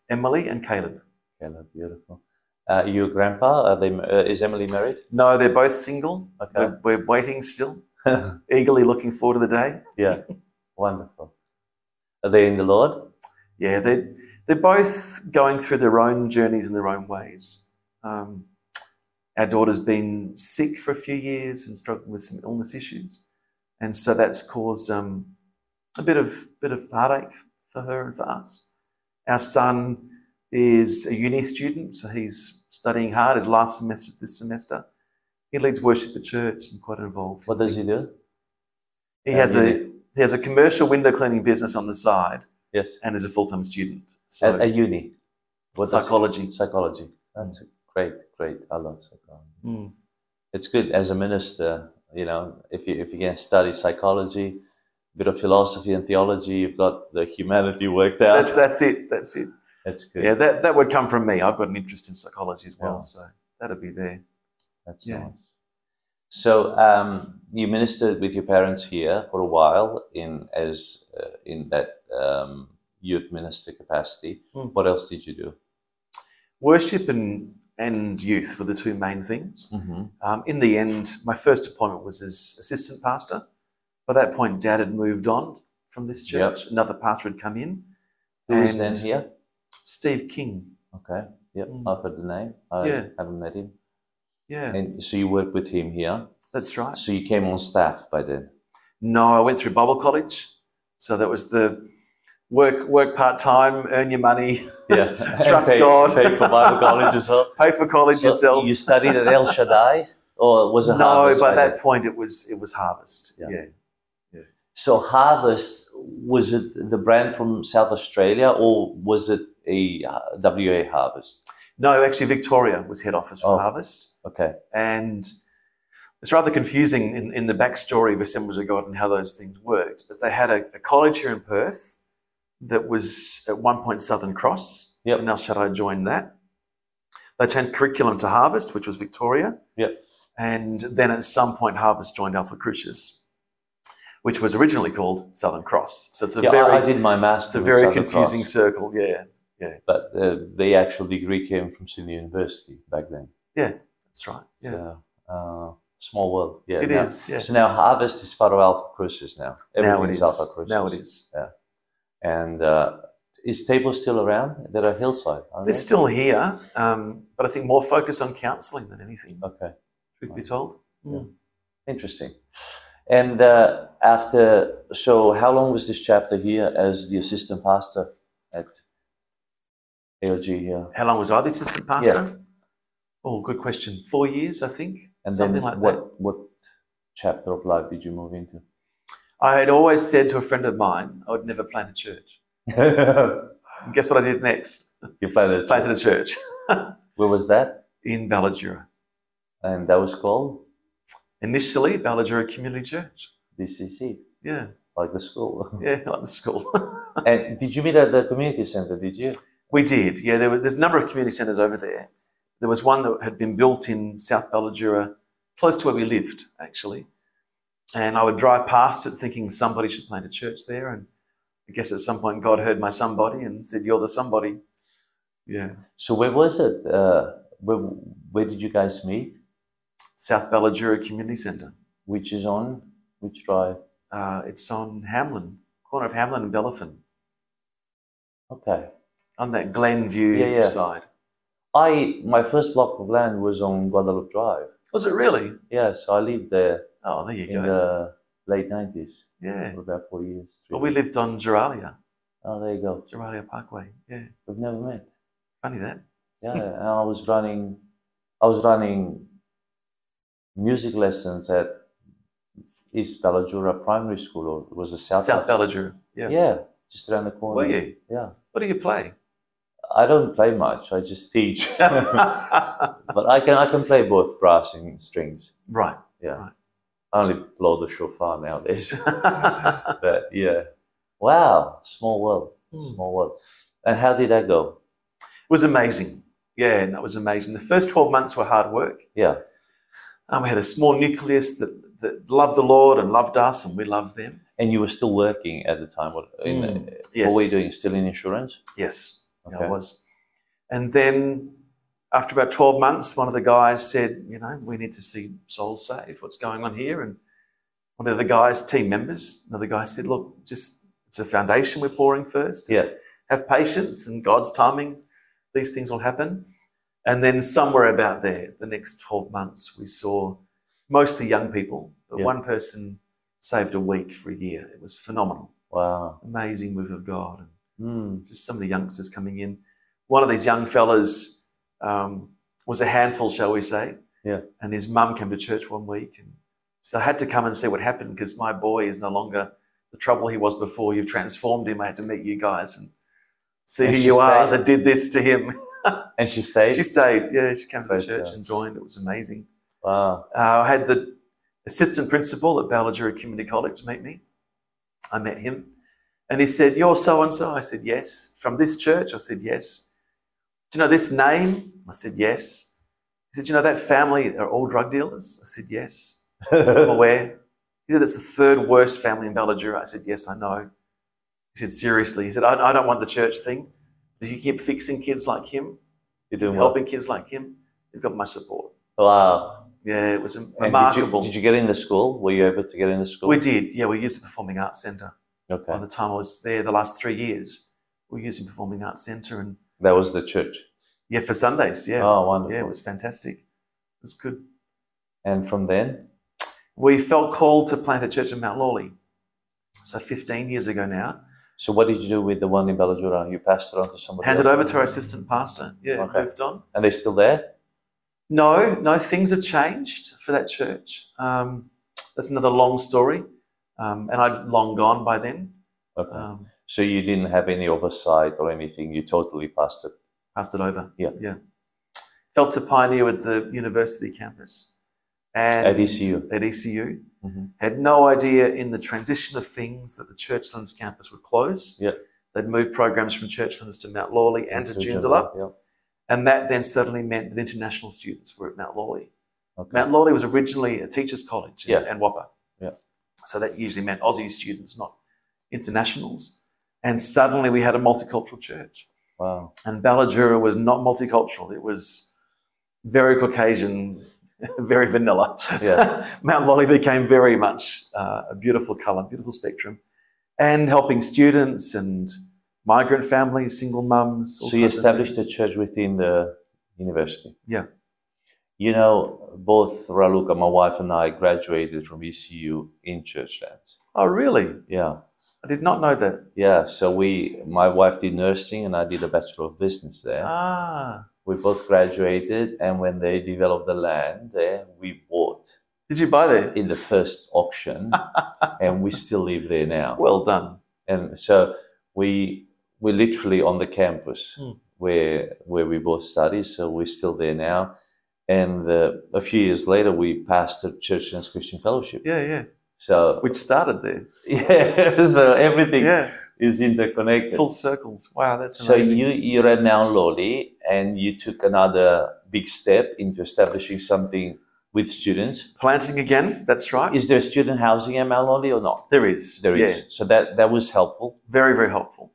C: Emily and Caleb.
B: Hello, beautiful. Uh, your grandpa, are they, uh, is Emily married?
C: No, they're both single.
B: Okay.
C: We're, we're waiting still, eagerly looking forward to the day.
B: yeah, wonderful. Are they in the Lord?
C: Yeah, they're, they're both going through their own journeys in their own ways. Um, our daughter's been sick for a few years and struggling with some illness issues. And so that's caused um, a bit of bit of heartache for her and for us. Our son is a uni student, so he's studying hard. His last semester this semester, he leads worship at church and quite involved. in
B: What does he
C: things.
B: do?
C: He has
B: Um,
C: a he has a commercial window cleaning business on the side
B: Yes.
C: and is a full time student. So
B: At a uni. What does-
C: Psychology.
B: Psychology. That's great, great. I love psychology.
C: Mm.
B: It's good as a minister, you know, if you if you can study psychology, bit of philosophy and theology, you've got the humanity worked out.
C: that's
B: That's,
C: that's it. That's it.
B: good.
C: Yeah, that, that would come from me. I've got an interest in psychology as well,
B: Yeah.
C: so that'll be there.
B: That's
C: Yeah.
B: nice. So um, you ministered with your parents here for a while in as uh, in that um, youth minister capacity.
C: Mm.
B: What else did you do?
C: Worship and and youth were the two main things.
B: Mm-hmm.
C: Um, in the end, my first appointment was as assistant pastor. By that point, Dad had moved on from this
B: Yep.
C: church. Another pastor had come in.
B: Who is then
C: and
B: here?
C: Steve King.
B: Okay. Yep.
C: Mm.
B: I've heard the name. I
C: Yeah.
B: haven't met him.
C: Yeah,
B: And so you worked with him here.
C: that's right.
B: So you came on staff by then.
C: No, I went through Bible college, so that was the work work part time, earn your money,
B: Yeah.
C: Trust
B: pay,
C: God.
B: Pay for Bible college as well.
C: pay for college
B: So
C: yourself.
B: You studied at El Shaddai, or was it
C: no,
B: Harvest
C: by
B: then?
C: that point it was it was harvest.
B: Yeah.
C: yeah.
B: So Harvest was it the brand from South Australia or was it a uh, WA Harvest?
C: No, actually, Victoria was head office for
B: Oh.
C: Harvest.
B: Okay,
C: And it's rather confusing in, in the backstory of Assemblies of God and how those things worked. But they had a, a college here in Perth that was at one point Southern Cross.
B: Yep.
C: And El Shaddai joined that. They turned curriculum to Harvest, which was Victoria.
B: Yep.
C: And then at some point, Harvest joined Alpha Crucius, which was originally called Southern Cross. So it's a
B: yeah, I-
C: very,
B: I did my
C: it's
B: master.
C: a
B: with
C: very
B: Southern
C: confusing
B: Cross,
C: circle. Yeah,
B: but uh, the actual degree came from Sydney University back then.
C: that's right. Yeah,
B: So uh, small world. Yeah,
C: it
B: now-
C: is. Yeah.
B: So now Harvest is part of Alpha Cruises now.
C: Now it
B: Everything's
C: is.
B: Alpha Cruises.
C: Now it is.
B: And uh, is Table still around? They're at Hillside. Aren't
C: They're
B: they?
C: still here, um, but I think more focused on counselling than anything,
B: okay.
C: truth be told. Mm.
B: Interesting. And uh, after, so how long was this chapter here as the assistant pastor at ALG here?
C: How long was I the assistant pastor? Oh, good question. Four years, I think.
B: And
C: Something
B: then
C: like
B: what,
C: that.
B: what chapter of life did you move into?
C: I had always said to a friend of mine, I would never plant a church. And guess what I did next?
B: you planted a
C: Planted a church
B: Where was that?
C: in Balladura.
B: And that was called
C: Initially, Balladura Community Church.
B: DCC,
C: Yeah,
B: like the school.
C: yeah, like the school.
B: and did you meet at the community center? Did you?
C: we did. Yeah, there were, there's a number of community centres over there. There was one that had been built in South Balladura, close to where we lived, actually. And I would drive past it thinking somebody should plant a church there. And I guess at some point God heard my somebody and said, You're the somebody. Yeah.
B: So where was it? Uh, where, where did you guys meet?
C: South Balladura Community Centre.
B: Which is on which drive?
C: Uh, it's on Hamlin, corner of Hamlin and Bellafin,
B: Okay.
C: on that Glenview
B: Yeah, yeah.
C: side.
B: I my first block of land was on Guadalupe Drive.
C: Was it really?
B: Yeah, so I lived there
C: Oh, there you
B: in
C: go.
B: the late nineties
C: Yeah.
B: for about four years. three
C: Well, we
B: years.
C: lived on Geralia,
B: Oh, there you go.
C: Geralia Parkway. Yeah.
B: We've never met.
C: Funny that.
B: Yeah, and I was running, I was running music lessons at East Balajura Primary School, or it was a South.
C: South Balladura. Yeah.
B: yeah. just around the corner.
C: Were you?
B: Yeah,
C: What do you play?
B: I don't play much. I just teach, but
C: right.
B: I can I can play both brass and strings. Yeah,
C: Right.
B: I only blow the shofar nowadays. but yeah, wow, small world,
C: Mm.
B: small world. And how did that go?
C: It was amazing. Yeah, and that was amazing. The first 12 months were hard work.
B: Yeah,
C: Um, we had a small nucleus that, that loved the Lord and loved us, and we loved them.
B: and you were still working at the time. What, in,
C: Mm,
B: uh,
C: yes.
B: what were you doing? Still in insurance?
C: Yes, yeah,
B: Okay.
C: I was. And then after about 12 months, one of the guys said, You know, we need to see souls saved. What's going on here? And one of the guys, team members, another guy said, Look, just it's a foundation we're pouring first.
B: Yeah,
C: have patience and God's timing, these things will happen. And then somewhere about there, the next 12 months, we saw mostly young people, but
B: Yeah.
C: one person saved a week for a year. It was phenomenal.
B: Wow.
C: Amazing move of God. And
B: Mm.
C: just some of the youngsters coming in. One of these young fellas um, was a handful, shall we say.
B: Yeah.
C: And his mum came to church one week. And so I had to come and see what happened because my boy is no longer the trouble he was before. You've transformed him. I had to meet you guys and see
B: And
C: who
B: she
C: you are
B: stayed.
C: that did this to him.
B: And she stayed.
C: she stayed. Yeah, she came to the
B: Praise
C: church
B: God.
C: and joined. It was amazing.
B: wow.
C: Uh, I had the assistant principal at Balladura Community College meet me. I met him and he said, You're so and so? I said, Yes. From this church? I said, Yes. Do you know this name? I said, Yes. He said, You know that family are all drug dealers? I said, Yes. I'm aware. He said, It's the third worst family in Balladura. I said, Yes, I know. He said, Seriously. He said, I, I don't want the church thing. If you keep fixing kids like him,
B: You're doing well.
C: helping kids like him, you've got my support.
B: Wow.
C: Yeah, it was
B: And did
C: remarkable.
B: you, did you get in the school? Were you able to get in the school?
C: We did, yeah. We used the Performing Arts Centre. By
B: Okay.
C: the time I was there, the last three years, we used the Performing Arts Centre, and
B: That was the church.
C: yeah, for Sundays, yeah,
B: Oh, wonderful.
C: yeah, it was fantastic. It was good.
B: And from then?
C: We felt called to plant a church in Mount Lawley, so 15 years ago now.
B: So what did you do with the one in Ballajura? You passed it on to somebody
C: Handed
B: else?
C: over to our assistant pastor. Yeah,
B: Okay.
C: moved on.
B: And they're still there?
C: No, no, things have changed for that church. Um, that's another long story, um, and I'd long gone by then.
B: Okay.
C: Um,
B: so you didn't have any oversight or anything. You totally passed it.
C: passed it over.
B: Yeah.
C: Yeah. Felt a pioneer at the university campus. And
B: At E ECU.
C: At ECU.
B: Mhm.
C: Had no idea in the transition of things that the Churchlands campus would close.
B: Yeah.
C: They'd moved programs from Churchlands to Mount Lawley and to Joondalup.
B: Yeah.
C: And that then suddenly meant that international students were at Mount Lawley.
B: Okay.
C: Mount Lawley was originally a teachers' college in-
B: Yeah.
C: and Whopper.
B: Yeah.
C: So that usually meant Aussie students, not internationals. And suddenly we had a multicultural church
B: wow.
C: and Ballajura was not multicultural. It was very Caucasian, very vanilla.
B: Yeah.
C: Mount Lolly became very much uh, a beautiful colour, beautiful spectrum, and helping students and migrant families, single mums. all
B: So you
C: kinds of
B: established a
C: things.
B: church within the university.
C: Yeah.
B: You know, both Raluca, my wife, and I graduated from ECU in Churchlands.
C: Oh, really?
B: Yeah,
C: I did not know that.
B: yeah. So we, my wife did nursing, and I did a bachelor of business there.
C: Ah,
B: We both graduated, and when they developed the land there, we bought
C: did you buy that?
B: in the first auction, and we still live there now.
C: Well done.
B: and so we we're literally on the campus
C: Mm.
B: where where we both study so we're still there now and uh, a few years later we pastored church and christian fellowship
C: Yeah, yeah.
B: so
C: Which started there.
B: yeah so everything
C: Yeah,
B: is interconnected
C: full circles. Wow, that's
B: so
C: amazing.
B: you you're at mount lolly and you took another big step into establishing something with students
C: planting again? That's right.
B: is there student housing at mount lolly or not
C: there is.
B: There is.
C: yeah.
B: so that that was helpful
C: very very helpful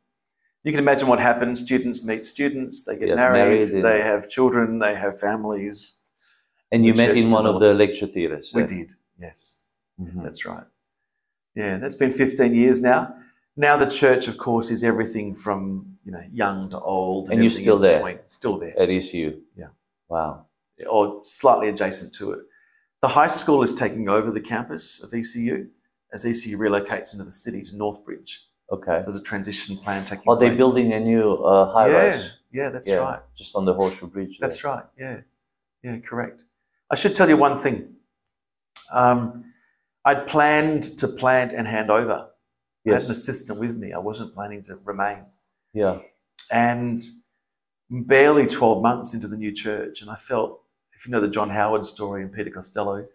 C: you can imagine what happens students meet students they get
B: Yeah,
C: married,
B: married and-
C: they have children they have families
B: and you
C: The
B: met
C: church
B: in one of the
C: developed.
B: lecture theaters
C: we
B: eh?
C: did yes
B: Mhm.
C: that's right yeah that's been 15 years now now the church of course is everything from you know young to old
B: And you're
C: everything
B: still
C: in
B: there?
C: between. still there
B: at ECU.
C: Yeah.
B: Wow.
C: or slightly adjacent to it the high school is taking over the campus of ecu as ecu relocates into the city to northbridge
B: Okay.
C: there's a transition plan taking
B: Are they
C: place.
B: Oh, building a new uh, high
C: yeah,
B: rise?
C: yeah that's
B: Yeah,
C: right
B: Just on the Horseshoe Bridge. there.
C: That's right. Yeah. Yeah, correct. I should tell you one thing. Um, I'd planned to plant and hand over. I had
B: Yes.
C: an assistant with me. I wasn't planning to remain.
B: Yeah.
C: And barely 12 months into the new church, and I felt, if you know the John Howard story and Peter Costello,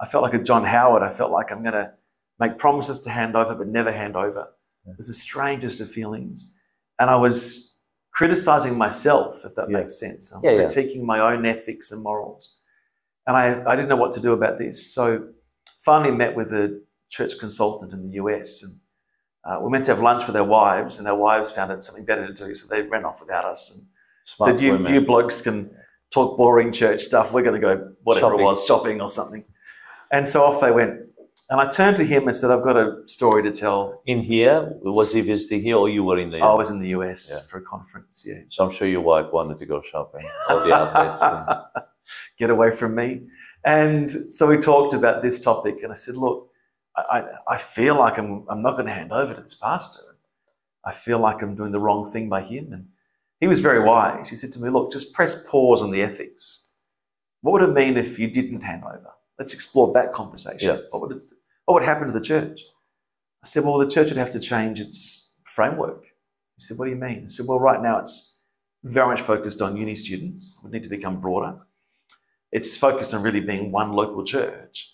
C: I felt like a John Howard. I felt like I'm going to make promises to hand over, but never hand over.
B: Yeah.
C: It was the strangest of feelings. And I was criticizing myself, if that
B: Yeah.
C: makes sense. I'm
B: Yeah, yeah.
C: critiquing my own ethics and morals. And I, I didn't know what to do about this. So finally met with a church consultant in the US and uh, we are meant to have lunch with our wives, and our wives found it something better to do, so they ran off without us and
B: Smart
C: said, "You,
B: women.
C: you blokes can talk boring church stuff. We're going to go whatever
B: Shopping.
C: it was, shopping or something." And so off they went. And I turned to him and said, "I've got a story to tell.
B: in here, was he visiting here or you were in there?
C: I was in the US
B: Yeah.
C: for a conference. Yeah,
B: so I'm sure your wife wanted to go shopping. All the outlets. and-
C: get away from me." And so we talked about this topic, and I said, "Look, I, I, I feel like I'm, I'm not going to hand over to this pastor. I feel like I'm doing the wrong thing by him. And he was very wise. He said to me, Look, just press pause on the ethics. What would it mean if you didn't hand over? Let's explore that conversation.
B: Yeah.
C: What, would it, what would happen to the church? I said, Well, the church would have to change its framework. He said, What do you mean? I said, Well, right now it's very much focused on uni students. We need to become broader. It's focused on really being one local church.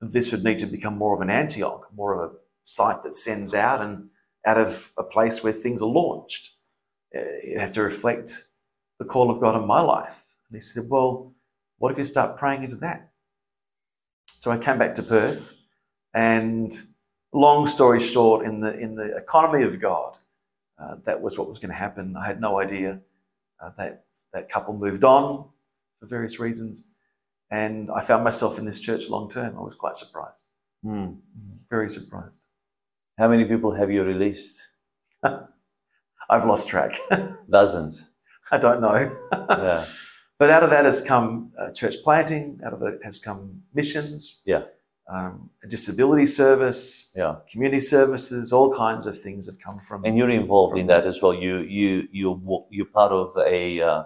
C: This would need to become more of an Antioch, more of a site that sends out and out of a place where things are launched. Uh, You have to reflect the call of God in my life. And he said, Well, what if you start praying into that? So I came back to Perth, and long story short, in the, in the economy of God, uh, that was what was going to happen. I had no idea. Uh, that, that couple moved on for various reasons, and I found myself in this church long term. I was quite surprised,
B: Hmm.
C: very surprised.
B: How many people have you released?
C: I've lost track.
B: Dozens.
C: I don't know.
B: Yeah.
C: But out of that has come uh, church planting. Out of it has come missions.
B: Yeah.
C: Um, a disability service,
B: Yeah.
C: community services, all kinds of things have come from.
B: And you're involved in that as well. You you you wa- you're part of a uh,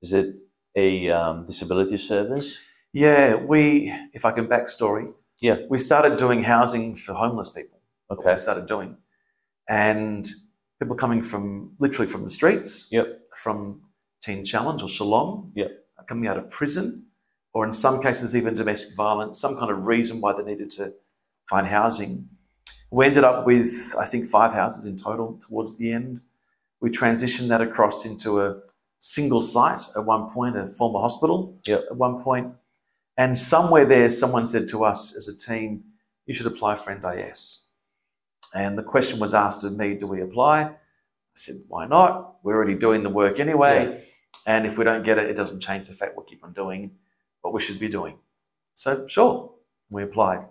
B: is it a um, disability service?
C: yeah, we. If I can backstory.
B: Yeah.
C: We started doing housing for homeless people. what
B: Okay.
C: We started doing, and people coming from literally from the streets.
B: Yep.
C: From Teen Challenge or Shalom.
B: Yep.
C: Coming out of prison, or in some cases even domestic violence, some kind of reason why they needed to find housing. We ended up with, I think, five houses in total towards the end. We transitioned that across into a single site at one point, a former hospital
B: Yep.
C: at one point. And somewhere there, someone said to us as a team, you should apply for NDIS. And the question was asked of me, do we apply? I said, why not? We're already doing the work anyway. And if we don't get it, it doesn't change the fact we'll keep on doing what we should be doing. So, sure, we applied.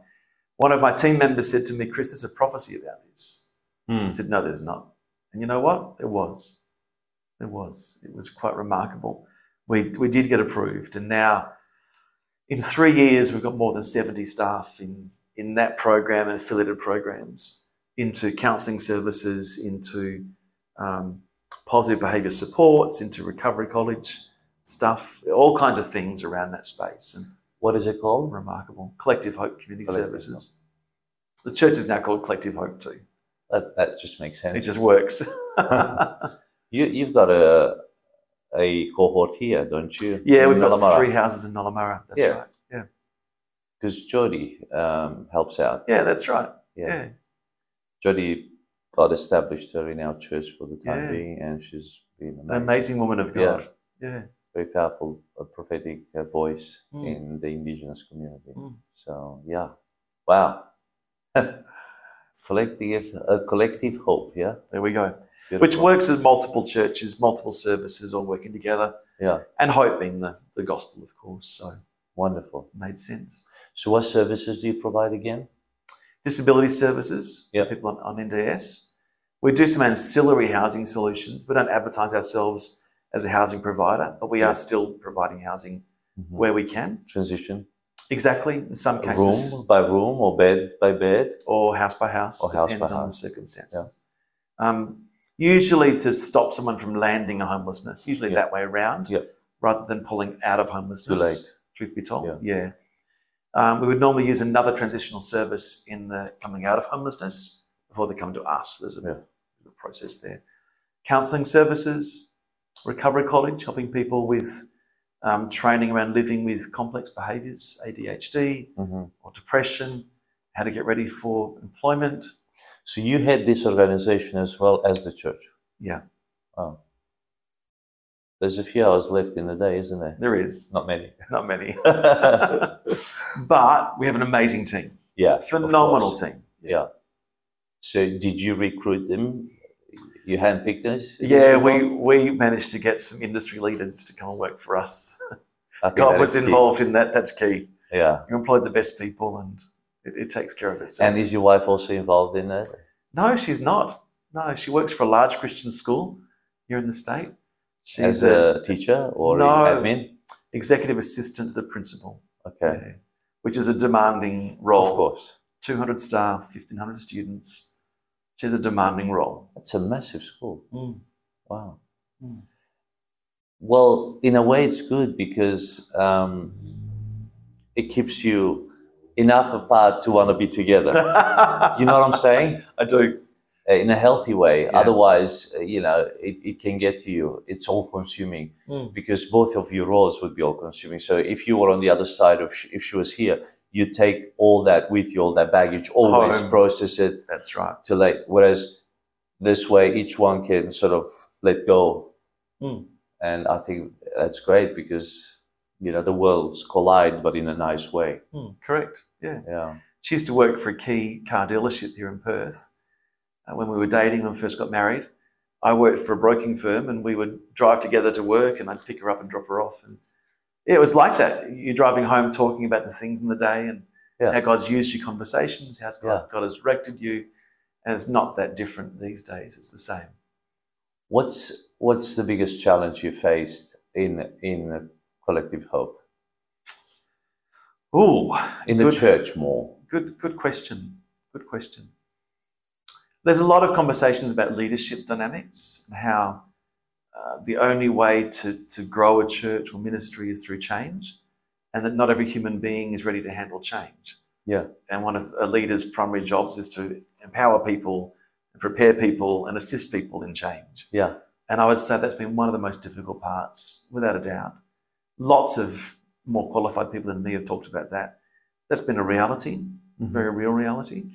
C: One of my team members said to me, Chris, there's a prophecy about this. I said, No, there's not. And you know what? There was. There was. It was quite remarkable. We, we did get approved. And now, in three years, we've got more than 70 staff in, in that program and affiliated programs into counseling services, into um, positive behavior supports, into recovery college stuff, all kinds of things around that space. And
B: What is it called?
C: remarkable. Collective Hope Community
B: Collective
C: Services. The church is now called Collective Hope too.
B: That, that just makes
C: It
B: sense.
C: just works.
B: you you've got a a cohort here, don't you?
C: yeah, we've got three houses in Nullamurra. That's
B: Yeah.
C: right. Yeah.
B: because Jody um, helps out.
C: Yeah, that's right.
B: Yeah.
C: Yeah.
B: Jody got established her in our church for the time
C: Yeah.
B: being, and she's been
C: An
B: amazing.
C: amazing woman of
B: Yeah.
C: God. Yeah.
B: very powerful uh, prophetic uh, voice
C: Mm.
B: in the indigenous community.
C: Mm.
B: So yeah, wow, collective uh, collective hope. Yeah,
C: There we go. Which
B: Beautiful.
C: works with multiple churches, multiple services all working together.
B: Yeah.
C: And hope being the, the gospel, of course. So it
B: wonderful.
C: made sense.
B: So what services do you provide again?
C: disability services for
B: Yep.
C: people on, on NDS. We do some ancillary housing solutions. We don't advertise ourselves as a housing provider, but we are still providing housing
B: Mhm.
C: where we can.
B: Transition
C: Exactly, in some cases,
B: room by room or bed by bed.
C: or house by house,
B: Or house by
C: depends on
B: house.
C: the circumstances. Um, usually to stop someone from landing a homelessness, usually
B: Yep.
C: that way around,
B: Yep.
C: rather than pulling out of
B: Too
C: homelessness
B: late.
C: truth be told. Yeah. Um, we would normally use another transitional service in the coming out of homelessness before they come to us. There's a
B: Yeah.
C: bit of a process there. Counselling services, recovery college, helping people with um, training around living with complex behaviours, ADHD
B: hmm
C: or depression, how to get ready for employment.
B: So you had this organization as well as the church.
C: Yeah.
B: Wow. There's a few hours left in the day, isn't there?
C: There is
B: Not many.
C: not many,
B: yeah.
C: but we have an amazing team,
B: of
C: phenomenal
B: course.
C: team.
B: Yeah. So did you recruit them? You handpicked us?
C: Yeah, we, we managed to get some industry leaders to come and work for us. God was involved in that. That's key.
B: Yeah.
C: You employ the best people, and it, it takes care of itself.
B: And is your wife also involved in that?
C: no, she's not. No, she works for a large Christian school here in the state. She's
B: As a teacher or
C: No.
B: in admin?
C: executive assistant to the principal,
B: Okay.
C: yeah, which is a demanding
B: Of
C: role
B: course.
C: 200 staff, 1,500 students. She's a demanding role.
B: That's a massive school.
C: Mm.
B: Wow.
C: Mm.
B: Well, in a way, it's good because um, it keeps you enough apart to want to be together. you know what I'm saying?
C: I do.
B: Uh, In a healthy way.
C: Yeah.
B: Otherwise, uh, you know, it, it can get to you. It's all consuming
C: Mm.
B: because both of your roles would be all consuming. So if you were on the other side of, sh- if she was here, you take all that with you, all that baggage, always
C: Home.
B: process it,
C: That's right.
B: to late. Whereas this way, each one can sort of let go.
C: Mm.
B: And I think that's great because, you know, the worlds collide, but in a nice way.
C: Mm. Correct. Yeah.
B: Yeah.
C: She used to work for a key car dealership here in Perth. Uh, when we were dating and first got married, I worked for a broking firm and we would drive together to work and I'd pick her up and drop her off. And it was like that. You're driving home talking about the things in the day and
B: Yeah.
C: how God's used your conversations, how God,
B: Yeah.
C: God has directed you. And it's not that different these days. It's the same.
B: What's, what's the biggest challenge you faced in, in Collective Hope?
C: Ooh,
B: In the
C: Good.
B: church more?
C: good, good question. Good question. There's a lot of conversations about leadership dynamics and how uh, the only way to, to grow a church or ministry is through change, and that not every human being is ready to handle change.
B: Yeah.
C: And one of a leader's primary jobs is to empower people, prepare people, and assist people in change.
B: Yeah.
C: And I would say that's been one of the most difficult parts, without a doubt. Lots of more qualified people than me have talked about that. That's been a reality,
B: Mhm.
C: very real reality.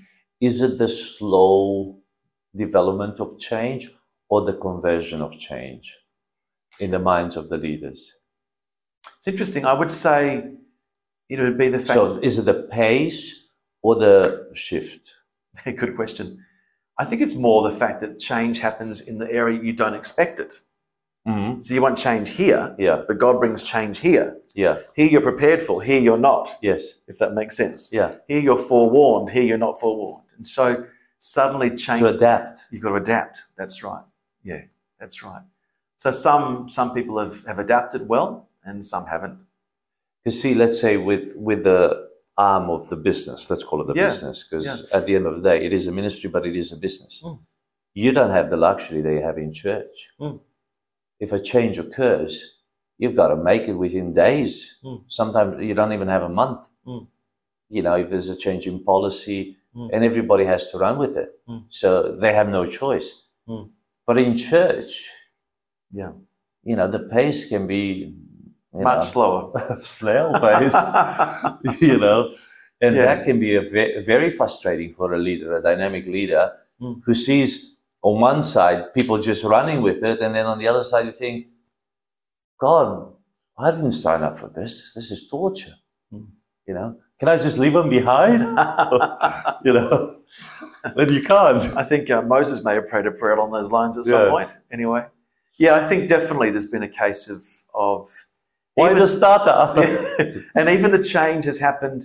B: Is it the slow development of change or the conversion of change in the minds of the leaders?
C: It's interesting. I would say it would be the fact.
B: So is it the pace or the shift?
C: good question. I think it's more the fact that change happens in the area you don't expect it.
B: Mm-hmm.
C: So you want change here,
B: Yeah,
C: but God brings change here.
B: yeah,
C: Here you're prepared for, here you're not,
B: yes,
C: if that makes sense.
B: yeah.
C: Here you're forewarned, here you're not forewarned. And so suddenly change.
B: To adapt.
C: You've got to adapt. That's right. Yeah, that's right. So some some people have, have adapted well and some haven't.
B: Because see, let's say with with the arm of the business, let's call it the
C: Yeah,
B: business, because at the end of the day, it is a ministry, but it is a business.
C: Mm.
B: You don't have the luxury they have in church.
C: Mm.
B: If a change occurs, you've got to make it within days.
C: Mm.
B: Sometimes you don't even have a month.
C: Mm.
B: You know, if there's a change in policy,
C: Mm.
B: and everybody has to run with it,
C: Mm.
B: so they have no choice.
C: Mm.
B: But in church,
C: Yeah.
B: you know, the pace can be you
C: Much
B: know,
C: slower.
B: snail pace, you know. And
C: Yeah.
B: that can be a ve- very frustrating for a leader, a dynamic leader,
C: Mm.
B: who sees on one side people just running with it, and then on the other side you think, God, I didn't sign up for this. This is torture.
C: Mm.
B: You know, can I just leave them behind? you know, but you can't.
C: I think uh, Moses may have prayed a prayer along those lines at some
B: Yeah.
C: point. Anyway, yeah, I think definitely there's been a case of of
B: Why
C: even-
B: the starter?
C: Yeah. and even the change has happened.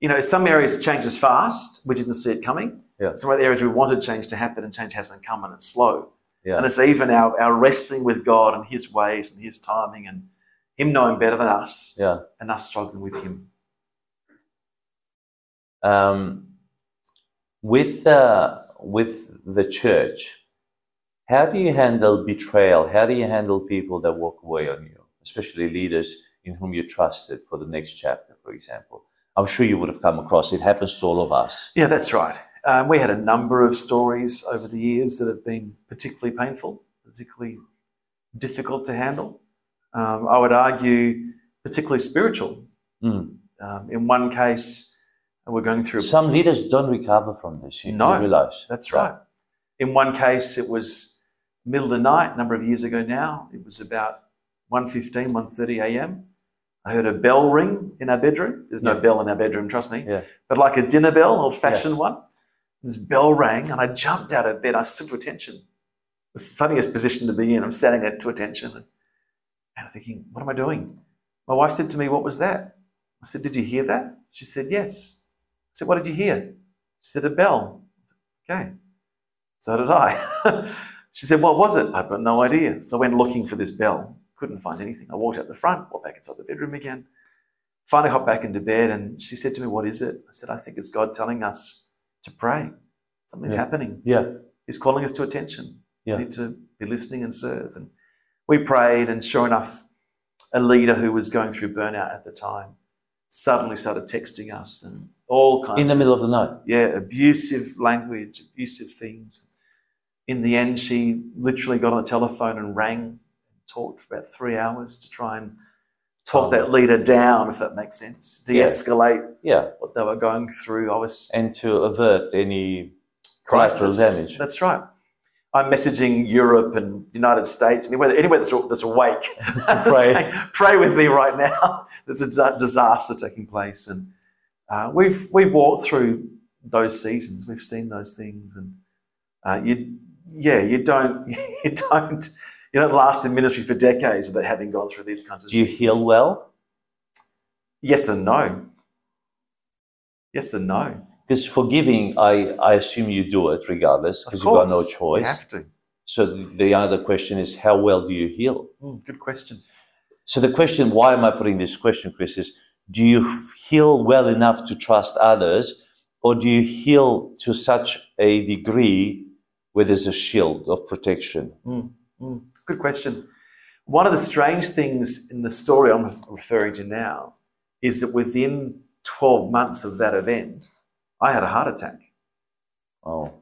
C: You know, some areas change is fast. We didn't see it coming.
B: Yeah.
C: Some other areas we wanted change to happen and change hasn't come and it's slow.
B: Yeah.
C: And it's even our, our wrestling with God and His ways and His timing and Him knowing better than us
B: yeah.
C: and us struggling with Him.
B: um, with uh, with the church, how do you handle betrayal? How do you handle people that walk away on you, especially leaders in whom you trusted for the next chapter, for example? I'm sure you would have come across. It happens to all of us.
C: Yeah, that's right. Um, we had a number of stories over the years that have been particularly painful, particularly difficult to handle. Um, I would argue, particularly spiritual.
B: Mm.
C: Um, in one case, we're going through.
B: Some leaders don't recover from this. You, you
C: No,
B: realize
C: That's
B: that.
C: right. In one case, it was middle of the night, a number of years ago now. It was about 1.15, 1.30 a.m. I heard a bell ring in our bedroom. There's no
B: Yeah.
C: bell in our bedroom, trust me.
B: Yeah.
C: But like a dinner bell, old-fashioned one. This bell rang and I jumped out of bed. I stood to attention. It's the funniest position to be in. I'm standing at to attention and, and I'm thinking, what am I doing? My wife said to me, what was that? I said, did you hear that? She said, yes. I said, what did you hear? She said, a bell. I said, okay. So did I. she said, What was it? I've got no idea. So I went looking for this bell, couldn't find anything. I walked out the front, walked back inside the bedroom again. Finally, hopped back into bed, and she said to me, "What is it?" I said, "I think it's God telling us to pray. Something's
B: Yeah.
C: happening.
B: Yeah.
C: He's calling us to attention.
B: Yeah.
C: We need to be listening and serve." And we prayed, and sure enough, a leader who was going through burnout at the time suddenly started texting us and all kinds
B: In the
C: of
B: middle of the night.
C: yeah, abusive language, abusive things. In the end, she literally got on the telephone and rang and talked for about three hours to try and talk that leader down, if that makes sense, de
B: Yes.
C: escalate
B: Yeah.
C: what they were going through. I was
B: And to avert any collateral damage.
C: That's right. I'm messaging Europe and United States, anywhere, anywhere that's, that's awake.
B: pray.
C: saying, pray with me right now. There's a disa- disaster taking place. And uh, we've, we've walked through those seasons. We've seen those things. And uh, you, yeah, you don't, you don't, you don't last in ministry for decades without having gone through these kinds of
B: Do you
C: seasons.
B: heal well?
C: Yes and no. Yes and no.
B: Because forgiving, I, I assume you do it regardless,
C: Of
B: because you've got no
C: course, You
B: choice.
C: have to.
B: So the other question is, how well do you heal?
C: Mm, good question.
B: So the question, why am I putting this question, Chris, is do you heal well enough to trust others, or do you heal to such a degree where there's a shield of protection?
C: Mm, good question. One of the strange things in the story I'm referring to now is that within 12 months of that event, I had a heart attack.
B: Oh,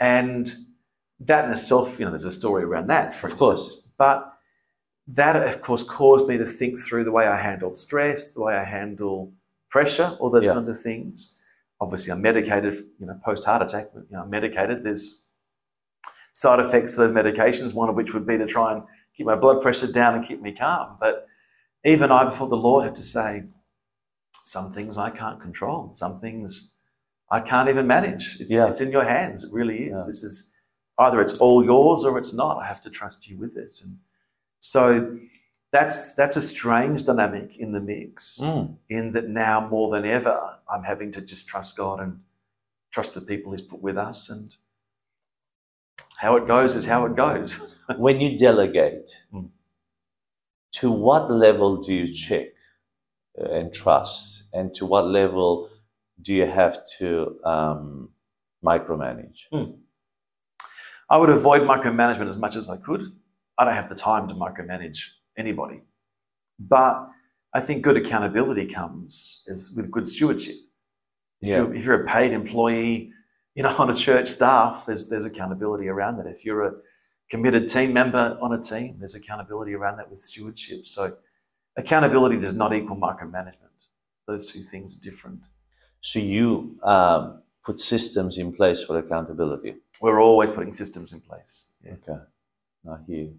C: And that in itself, you know, there's a story around that, for
B: Of
C: instance.
B: course.
C: But that, of course, caused me to think through the way I handled stress, the way I handle pressure, all those
B: Yeah.
C: kinds of things. Obviously, I'm medicated, you know, post heart attack, but, you know, I'm medicated. There's side effects to those medications, one of which would be to try and keep my blood pressure down and keep me calm. But even I, before the Lord, had to say, some things I can't control, some things I can't even manage. It's,
B: Yeah.
C: it's in your hands. It really is.
B: Yeah.
C: This is either it's all yours or it's not. I have to trust you with it. And so that's that's a strange dynamic in the mix.
B: Mm,
C: In that now more than ever, I'm having to just trust God and trust the people He's put with us. And how it goes is how it goes.
B: when you delegate,
C: Mm.
B: to what level do you check uh, and trust, and to what level do you have to um, micromanage?
C: I would avoid micromanagement as much as I could. I don't have the time to micromanage anybody. But I think good accountability comes is with good stewardship. If,
B: Yeah.
C: you're, if you're a paid employee, you know, on a church staff, there's, there's accountability around that. If you're a committed team member on a team, there's accountability around that with stewardship. So accountability does not equal micromanagement. Those two things are different.
B: So you um, put systems in place for accountability.
C: We're always putting systems in place. Yeah.
B: Okay, I hear. you.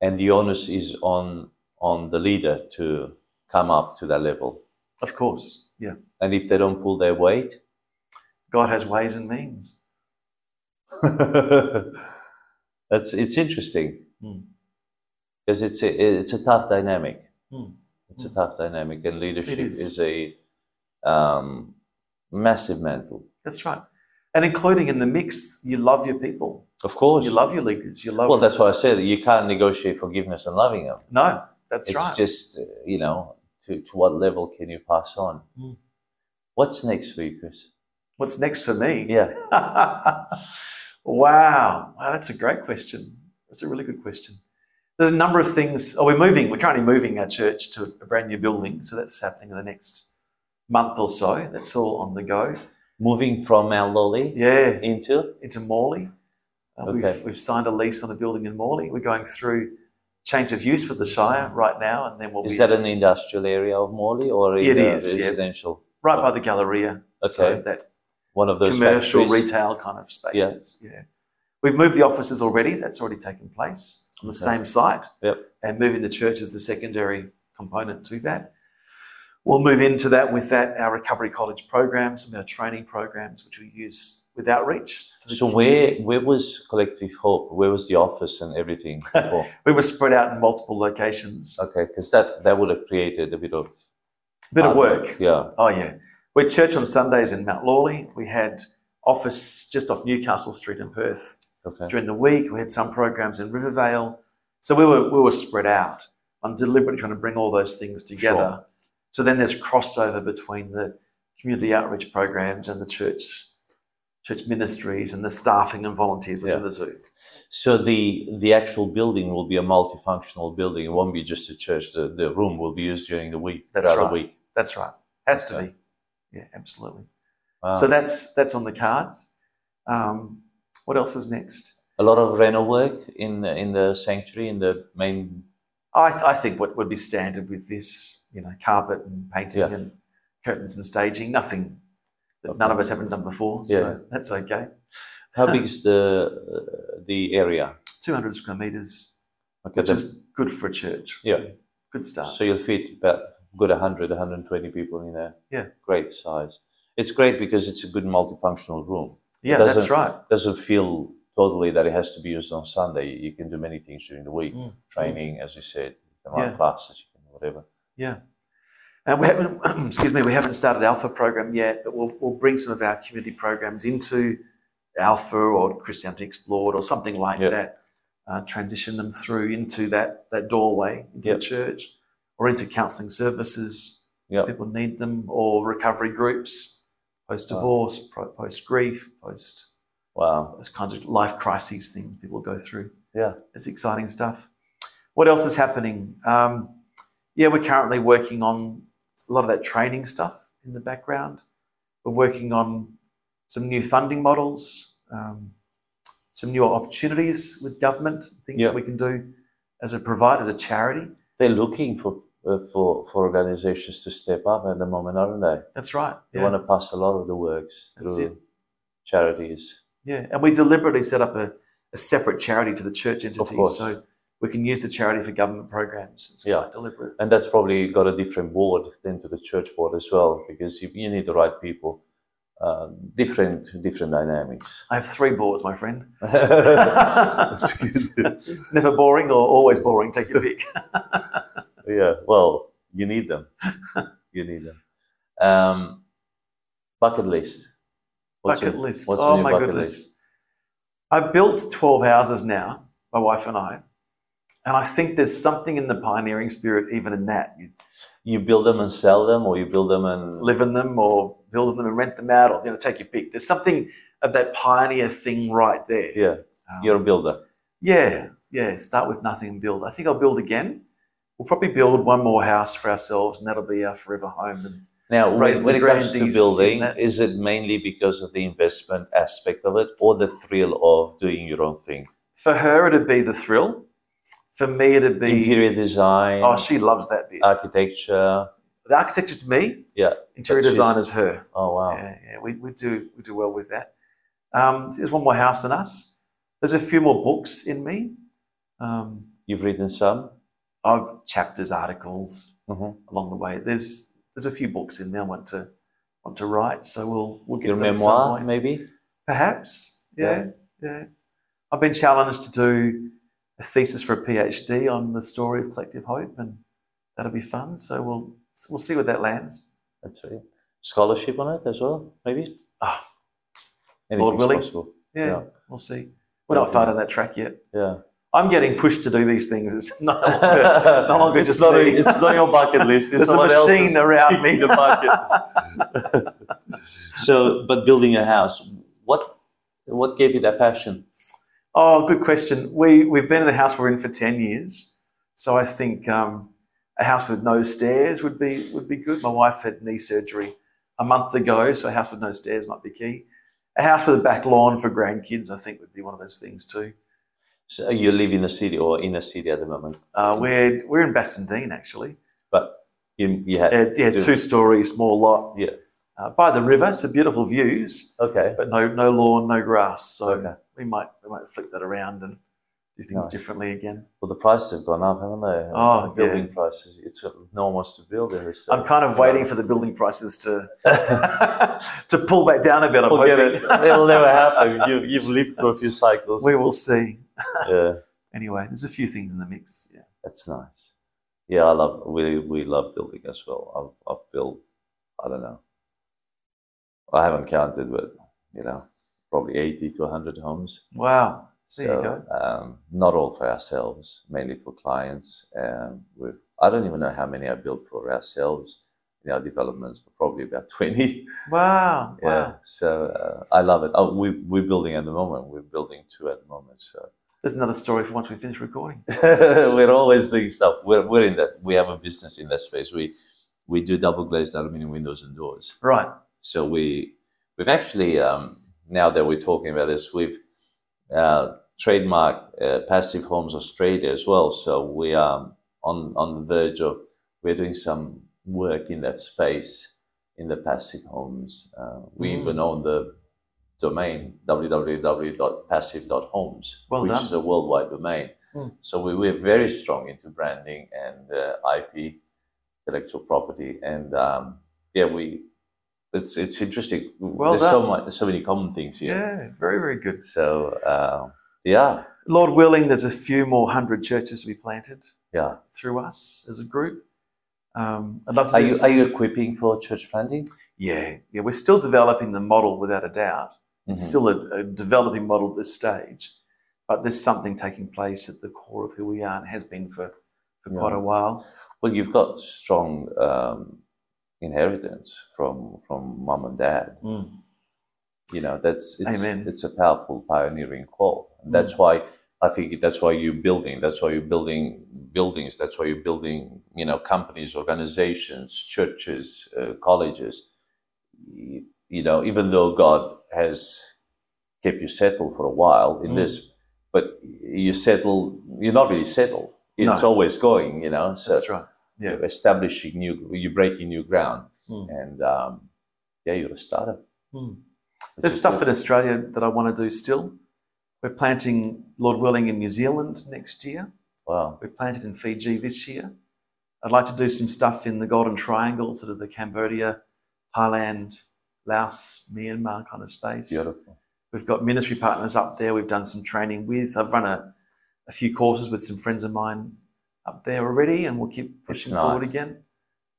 B: And the onus is on on the leader to come up to that level.
C: Of course. Yeah.
B: And if they don't pull their weight,
C: God has ways and means.
B: that's it's interesting
C: Mm.
B: because it's a, it's a tough dynamic.
C: Mm.
B: It's a tough dynamic, and leadership
C: is.
B: is. a um, massive mantle.
C: That's right. And including in the mix, you love your people.
B: Of course,
C: You love your leaders. You love.
B: well, that's why I said you can't negotiate forgiveness and loving them.
C: no. That's
B: it's
C: right.
B: just uh, you know to, to what level can you pass on
C: Mm.
B: what's next for you chris
C: What's next for me?
B: yeah
C: wow. Wow, that's a great question. That's a really good question. There's a number of things. Oh, we're moving. We're currently moving our church to a brand new building, so that's happening in the next month or so. That's all on the go.
B: moving from mount lolly
C: Yeah.
B: into
C: into Morley. Uh,
B: Okay.
C: we've, we've signed a lease on a building in Morley. We're going through change of use with the Shire right now, and then we'll
B: is
C: be
B: that an industrial area of morley or
C: It
B: a uh,
C: is, yeah.
B: residential
C: right by the Galleria. So
B: Okay.
C: that
B: one of those
C: commercial
B: factories.
C: retail kind of spaces. Yeah. We've moved the offices already. That's already taken place on the
B: Okay.
C: same site.
B: Yep.
C: And moving the church is the secondary component to that. We'll move into that with that our recovery college programs and our training programs, which we use with outreach. to the
B: so where
C: community.
B: where was collective hope where was the office and everything before
C: we were spread out in multiple locations.
B: okay because that that would have created a bit of
C: bit of
B: hard
C: work.
B: yeah
C: Oh yeah, we had church on Sundays in Mount Lawley. We had office just off Newcastle Street in Perth
B: okay
C: during the week. We had some programs in Rivervale, so we were we were spread out. I'm deliberately trying to bring all those things together So then there's crossover between the community outreach programs and the church church ministries and the staffing and volunteers within
B: Yeah.
C: the zoo.
B: So the the actual building will be a multifunctional building. It won't be just a church. The, the room will be used during the week,
C: That's
B: throughout
C: right.
B: the week.
C: That's right. Has to
B: Okay. Um,
C: be. Yeah, absolutely.
B: Wow.
C: So that's that's on the cards. Um, what else is next?
B: a lot of reno work in the, in the sanctuary in the main.
C: I, th- I think what would be standard with this, you know, carpet and painting
B: Yeah.
C: and curtains and staging, nothing that none of us haven't done before.
B: Yeah.
C: So that's okay.
B: How big is the uh, the area?
C: 200 square meters,
B: Okay,
C: which
B: that's-
C: is good for a church.
B: yeah.
C: Good start.
B: So you'll fit about good 100, 120 people in there.
C: Yeah.
B: Great size. It's great because it's a good multifunctional room.
C: yeah,
B: doesn't-
C: that's right.
B: doesn't feel totally that it has to be used on Sunday. You can do many things during the week.
C: Mm.
B: Training, as you said, you can run
C: Yeah.
B: classes, you can whatever.
C: Yeah. And we haven't, excuse me, we haven't started Alpha program yet, but we'll, we'll bring some of our community programs into Alpha or Christianity Explored or something like
B: Yeah.
C: that. Uh, transition them through into that, that doorway into
B: Yeah.
C: the church or into counselling services.
B: Yeah.
C: People need them or recovery groups, post divorce, pro post grief, post
B: Wow.
C: those kinds of life crises things people go through
B: Yeah.
C: it's exciting stuff. What else is happening? Um, yeah, we're currently working on a lot of that training stuff in the background. We're working on some new funding models, um, some new opportunities with government, things
B: Yeah.
C: that we can do as a provider, as a charity.
B: They're looking for uh, for for organizations to step up at the moment, aren't they?
C: That's right.
B: They
C: Yeah.
B: want to pass a lot of the works
C: That's
B: through charities.
C: yeah. And we deliberately set up a, a separate charity to the church entity
B: course.
C: so we can use the charity for government programs. It's
B: Yeah.
C: quite deliberate.
B: And that's probably got a different board than to the church board as well, because you, you need the right people. Uh, different different dynamics.
C: I have three boards, my friend.
B: That's good.
C: It's never boring or always boring. Take your pick.
B: Yeah, well, you need them. you need them. Um, bucket list.
C: bucket
B: your-
C: list.
B: what's on
C: oh
B: your
C: my
B: bucket
C: goodness.
B: list?
C: I've built 12 houses now, my wife and I. And I think there's something in the pioneering spirit even in that. You
B: You build them and sell them, or you build them and
C: live in them or build them and rent them out or you know take your pick. There's something of that pioneer thing right there.
B: Yeah,
C: Um,
B: you're a builder.
C: Yeah, yeah. Start with nothing and build. I think I'll build again. We'll probably build one more house for ourselves and that'll be our forever home. And
B: Now,
C: raise
B: when,
C: the
B: when it comes
C: grandees
B: to
C: in
B: building,
C: that-
B: is it mainly because of the investment aspect of it, or the thrill of doing your own thing?
C: for her, it'd be the thrill. For me, it'd be.
B: Interior design,
C: Oh, she loves that bit.
B: architecture.
C: the architecture's me.
B: Yeah,
C: Interior
B: but she's-
C: design is her.
B: Oh wow!
C: Yeah, yeah, we, we do we do well with that. Um, there's one more house than us. There's a few more books in me. Um,
B: You've written some.
C: I've chapters, articles
B: Mhm.
C: along the way. There's there's a few books in there I want to want to write. So we'll we'll get
B: Your
C: to them
B: memoir,
C: some way.
B: maybe.
C: perhaps. Yeah, yeah, I've been challenged to do a thesis for a PhD on the story of collective hope, and that'll be fun. So we'll we'll see where that lands.
B: That's right. Scholarship on it as well, maybe.
C: Ah.
B: Anything's
C: Lord willing.
B: possible.
C: Yeah,
B: Yeah.
C: we'll see. We're not far down that track yet.
B: Yeah.
C: I'm getting pushed to do these things. It's no longer, no longer
B: it's
C: just
B: not,
C: me.
B: it's not your bucket list. It's
C: There's a
B: someone else's
C: machine around me.
B: kicking the bucket. so, but building a house, what what gave you that passion?
C: Oh, good question. We we've been in the house we're in for ten years, so I think um, a house with no stairs would be would be good. My wife had knee surgery a month ago, so a house with no stairs might be key. A house with a back lawn for grandkids, I think, would be one of those things too.
B: So you live in the city or in a city at the moment,
C: Uh, we're we're in Bastondine actually.
B: but you, you had
C: Uh, yeah,
B: Do-
C: two story, small lot.
B: Yeah.
C: Uh, by the river, so beautiful views.
B: okay.
C: but no no lawn, no grass. So
B: Okay.
C: we might we might flip that around and do things
B: Nice.
C: differently again.
B: Well, the prices have gone up, haven't they?
C: Oh,
B: The building prices. It's no one wants to build in this.
C: I'm kind of waiting for the building prices to to pull back down a bit. I'm
B: Forget it.
C: hoping.
B: It'll never happen. You, you've lived through a few cycles.
C: We will see.
B: yeah.
C: Anyway, there's a few things in the mix. Yeah.
B: That's nice. Yeah, I love we we love building as well. I've I've built I don't know. I haven't counted, but you know, probably eighty to hundred homes.
C: Wow.
B: So
C: There you go.
B: um, not all for ourselves, mainly for clients. Um, we I don't even know how many I built for ourselves. in our developments, but probably about 20.
C: Wow.
B: Yeah.
C: Wow.
B: So uh, I love it. Oh, we, we're building at the moment. We're building two at the moment. So
C: There's another story for once we finish recording.
B: we're always doing stuff. We're, we're in that. We have a business in that space. We we do double glazed aluminum windows and doors.
C: Right.
B: So we we've actually um, now that we're talking about this, we've uh, trademarked uh, Passive Homes Australia as well. So we are um, on on the verge of we're doing some work in that space in the passive homes. Uh, we
C: Mm.
B: even own the domain www.passive.homes,
C: Well
B: which
C: done.
B: is a worldwide domain.
C: Mm.
B: So we, we're very strong into branding and uh, IP, intellectual property, and um, yeah, we it's it's interesting.
C: Well
B: there's so
C: done.
B: much, there's so many common things here.
C: Yeah. Very, very good.
B: So uh, yeah,
C: Lord willing, there's a few more hundred churches to be planted
B: yeah.
C: through us as a group. Um, I'd love to.
B: Are
C: do
B: you
C: some-
B: are you equipping for church planting?
C: yeah. Yeah. We're still developing the model without a doubt. It's
B: Mhm.
C: still a, a developing model at this stage, but there's something taking place at the core of who we are and has been for, for
B: Yeah.
C: quite a while.
B: Well, you've got strong um, inheritance from from mum and dad.
C: Mm,
B: You know that's it's,
C: Amen. Mm.
B: it's a powerful pioneering call. And that's why I think that's why you're building. That's why you're building buildings. That's why you're building you know companies, organizations, churches, uh, colleges. You, you know, even though God has kept you settled for a while in
C: Mm.
B: this, but you settle. You're not really settled.
C: No.
B: It's always going. You know, so
C: That's right. Yeah.
B: you're establishing new, you're breaking new ground,
C: Mm.
B: and um, yeah, you're a starter.
C: Mm.
B: which
C: There's
B: is
C: stuff
B: good.
C: in Australia that I want to do still. We're planting, Lord willing, in New Zealand next year.
B: Wow,
C: We planted in Fiji this year. I'd like to do some stuff in the Golden Triangle, sort of the Cambodia, Thailand, Laos, Myanmar kind of space.
B: beautiful.
C: We've got ministry partners up there. We've done some training with. I've run a, a few courses with some friends of mine up there already, and we'll keep pushing forward
B: nice.
C: again.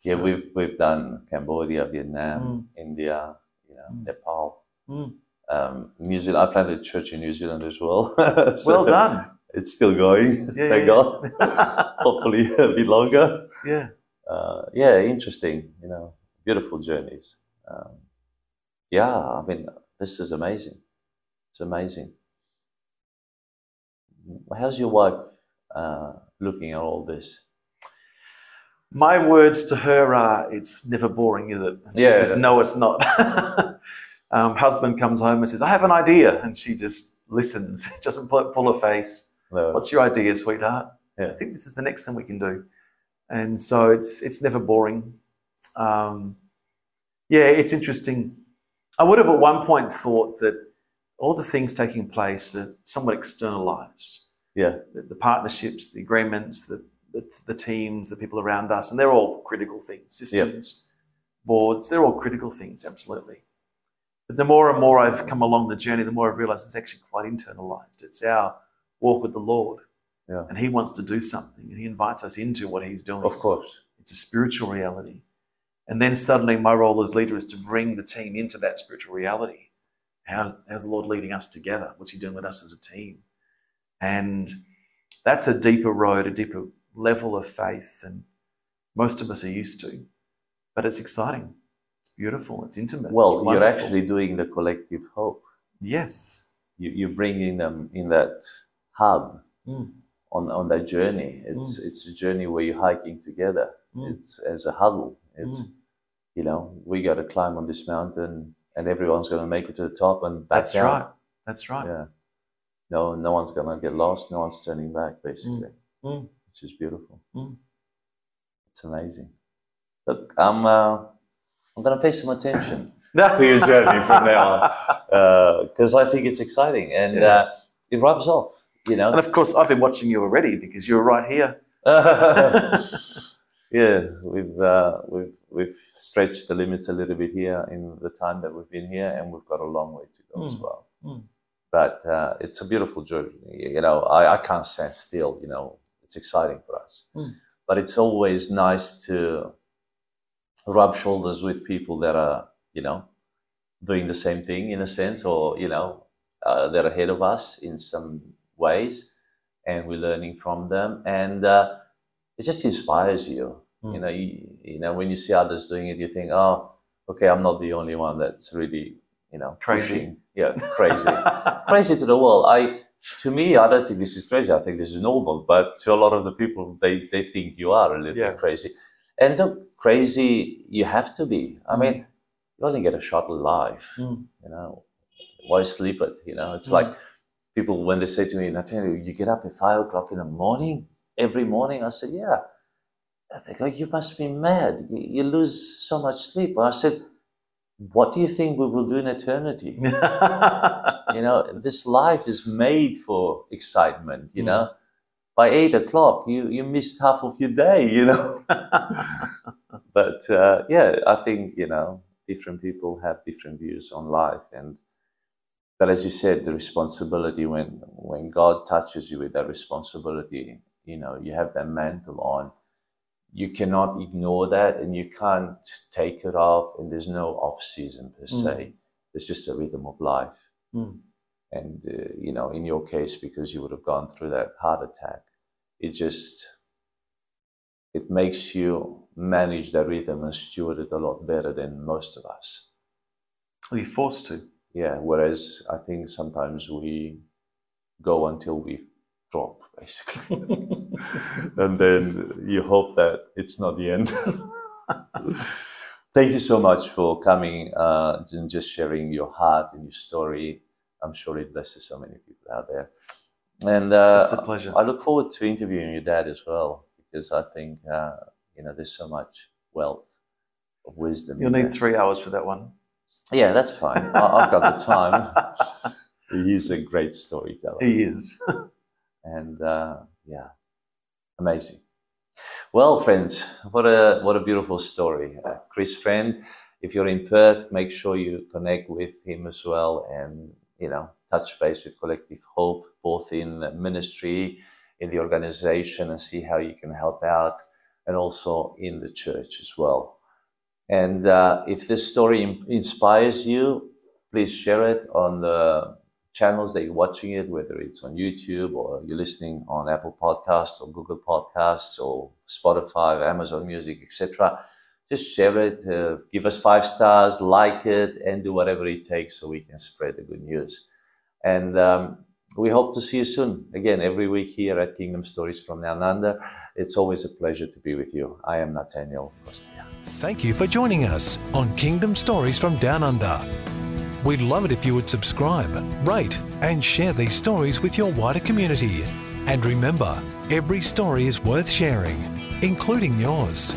B: Yeah,
C: So-
B: we've we've done Cambodia, Vietnam,
C: Mm.
B: India, you know,
C: Mm.
B: Nepal,
C: Mm.
B: um, New Zealand. I planted a church in New Zealand as well. So
C: well done.
B: It's still going.
C: Yeah,
B: Thank God.
C: yeah.
B: Hopefully a bit longer.
C: yeah.
B: Uh, yeah, interesting. You know, beautiful journeys. Um, yeah, I mean, this is amazing. It's amazing. How's your wife uh, looking at all this?
C: My words to her are, "It's never boring, is it?" And she
B: Yeah.
C: says, "No, it's not." um, husband comes home and says, "I have an idea," and she just listens, doesn't pull, pull her face.
B: No.
C: What's your idea, sweetheart?
B: Uh, Yeah.
C: I think this is the next thing we can do. And so it's it's never boring. Um, yeah, it's interesting. I would have at one point thought that all the things taking place are somewhat externalized.
B: Yeah.
C: The, the partnerships, the agreements, the, the the teams, the people around us, and they're all critical things. Systems, boards, they're all critical things, absolutely. But the more and more I've come along the journey, the more I've realized it's actually quite internalized. It's our walk with the Lord.
B: Yeah.
C: And He wants to do something and He invites us into what He's doing.
B: Of course.
C: It's a spiritual reality. And then suddenly, my role as leader is to bring the team into that spiritual reality. How's, how's the Lord leading us together? What's He doing with us as a team? And that's a deeper road, a deeper level of faith than most of us are used to. But it's exciting. It's beautiful. It's intimate. it's
B: Well, you're
C: wonderful.
B: actually doing the collective hope.
C: Yes.
B: You, you're bringing them in that hub
C: Mm.
B: on, on that journey. It's it's a journey where you're hiking together.
C: Mm.
B: It's as a huddle. It's
C: Mm.
B: you know we got to climb on this mountain, and everyone's going to make it to the top and back
C: That's
B: down.
C: right. That's right.
B: Yeah. No, no one's gonna get lost. No one's turning back, basically,
C: Mm.
B: which is beautiful.
C: Mm.
B: It's amazing. Look, I'm uh, I'm gonna pay some attention
C: That's
B: to your journey from now on because Uh, I think it's exciting and
C: Yeah.
B: uh, it rubs off. You know.
C: And of course, I've been watching you already because you're right here.
B: yeah, we've uh, we've we've stretched the limits a little bit here in the time that we've been here, and we've got a long way to go as
C: Mm.
B: well.
C: Mm.
B: But uh, it's a beautiful journey. You know, I, I can't stand still. You know, it's exciting for us.
C: Mm.
B: But it's always nice to rub shoulders with people that are you know doing the same thing in a sense, or you know, uh, they're ahead of us in some ways, and we're learning from them, and uh, it just inspires you. You know, you, you know, when you see others doing it, you think, oh, okay, I'm not the only one that's really, you know,
C: Crazy.
B: pushing." Yeah, crazy, crazy to the world. I, to me, I don't think this is crazy. I think this is normal. But to a lot of the people, they they think you are a little
C: Yeah.
B: bit crazy. And look, crazy, you have to be. I mean, you only get a shot at life.
C: Mm.
B: You know, why sleep it? You know, it's
C: Mm.
B: like people when they say to me, Nathaniel, you get up at five o'clock in the morning every morning. I said, yeah. And they go, you must be mad. You, you lose so much sleep. I said, what do you think we will do in eternity? you know, this life is made for excitement. You
C: Mm.
B: know, by eight o'clock, you you missed half of your day. You know. but uh, yeah, I think you know different people have different views on life, and but as you said, the responsibility when when God touches you with that responsibility, you know, you have that mantle on. You cannot ignore that, and you can't take it off. And there's no off season per se. There's just a rhythm of life.
C: Mm.
B: And uh, you know, in your case, because you would have gone through that heart attack, it just it makes you manage the rhythm and steward it a lot better than most of us.
C: You're forced to.
B: Yeah. Whereas I think sometimes we go until we drop, basically, and then you hope that it's not the end. Thank you so much for coming uh, and just sharing your heart and your story. I'm sure it blesses so many people out there. And uh,
C: It's a pleasure.
B: I look forward to interviewing your dad as well because I think uh, you know there's so much wealth of wisdom.
C: You'll
B: in there.
C: need three hours for that one.
B: Yeah, that's fine. I, I've got the time. He's a great storyteller.
C: He is.
B: and uh, yeah, amazing. Well, friends, what a what a beautiful story, uh, Chris Friend. If you're in Perth, make sure you connect with him as well, and you know, touch base with Collective Hope, both in the ministry, in the organization, and see how you can help out, and also in the church as well. And uh, if this story in- inspires you, please share it on the channels that you're watching it, whether it's on YouTube or you're listening on Apple Podcasts or Google Podcasts or Spotify, Amazon Music, etc. Just share it, uh, give us five stars, like it, and do whatever it takes so we can spread the good news. And um, we hope to see you soon. Again, every week here at Kingdom Stories from Nananda. It's always a pleasure to be with you. I am Nathaniel Costia.
A: Thank you for joining us on Kingdom Stories from Down Under. We'd love it if you would subscribe, rate, and share these stories with your wider community. And remember, every story is worth sharing, including yours.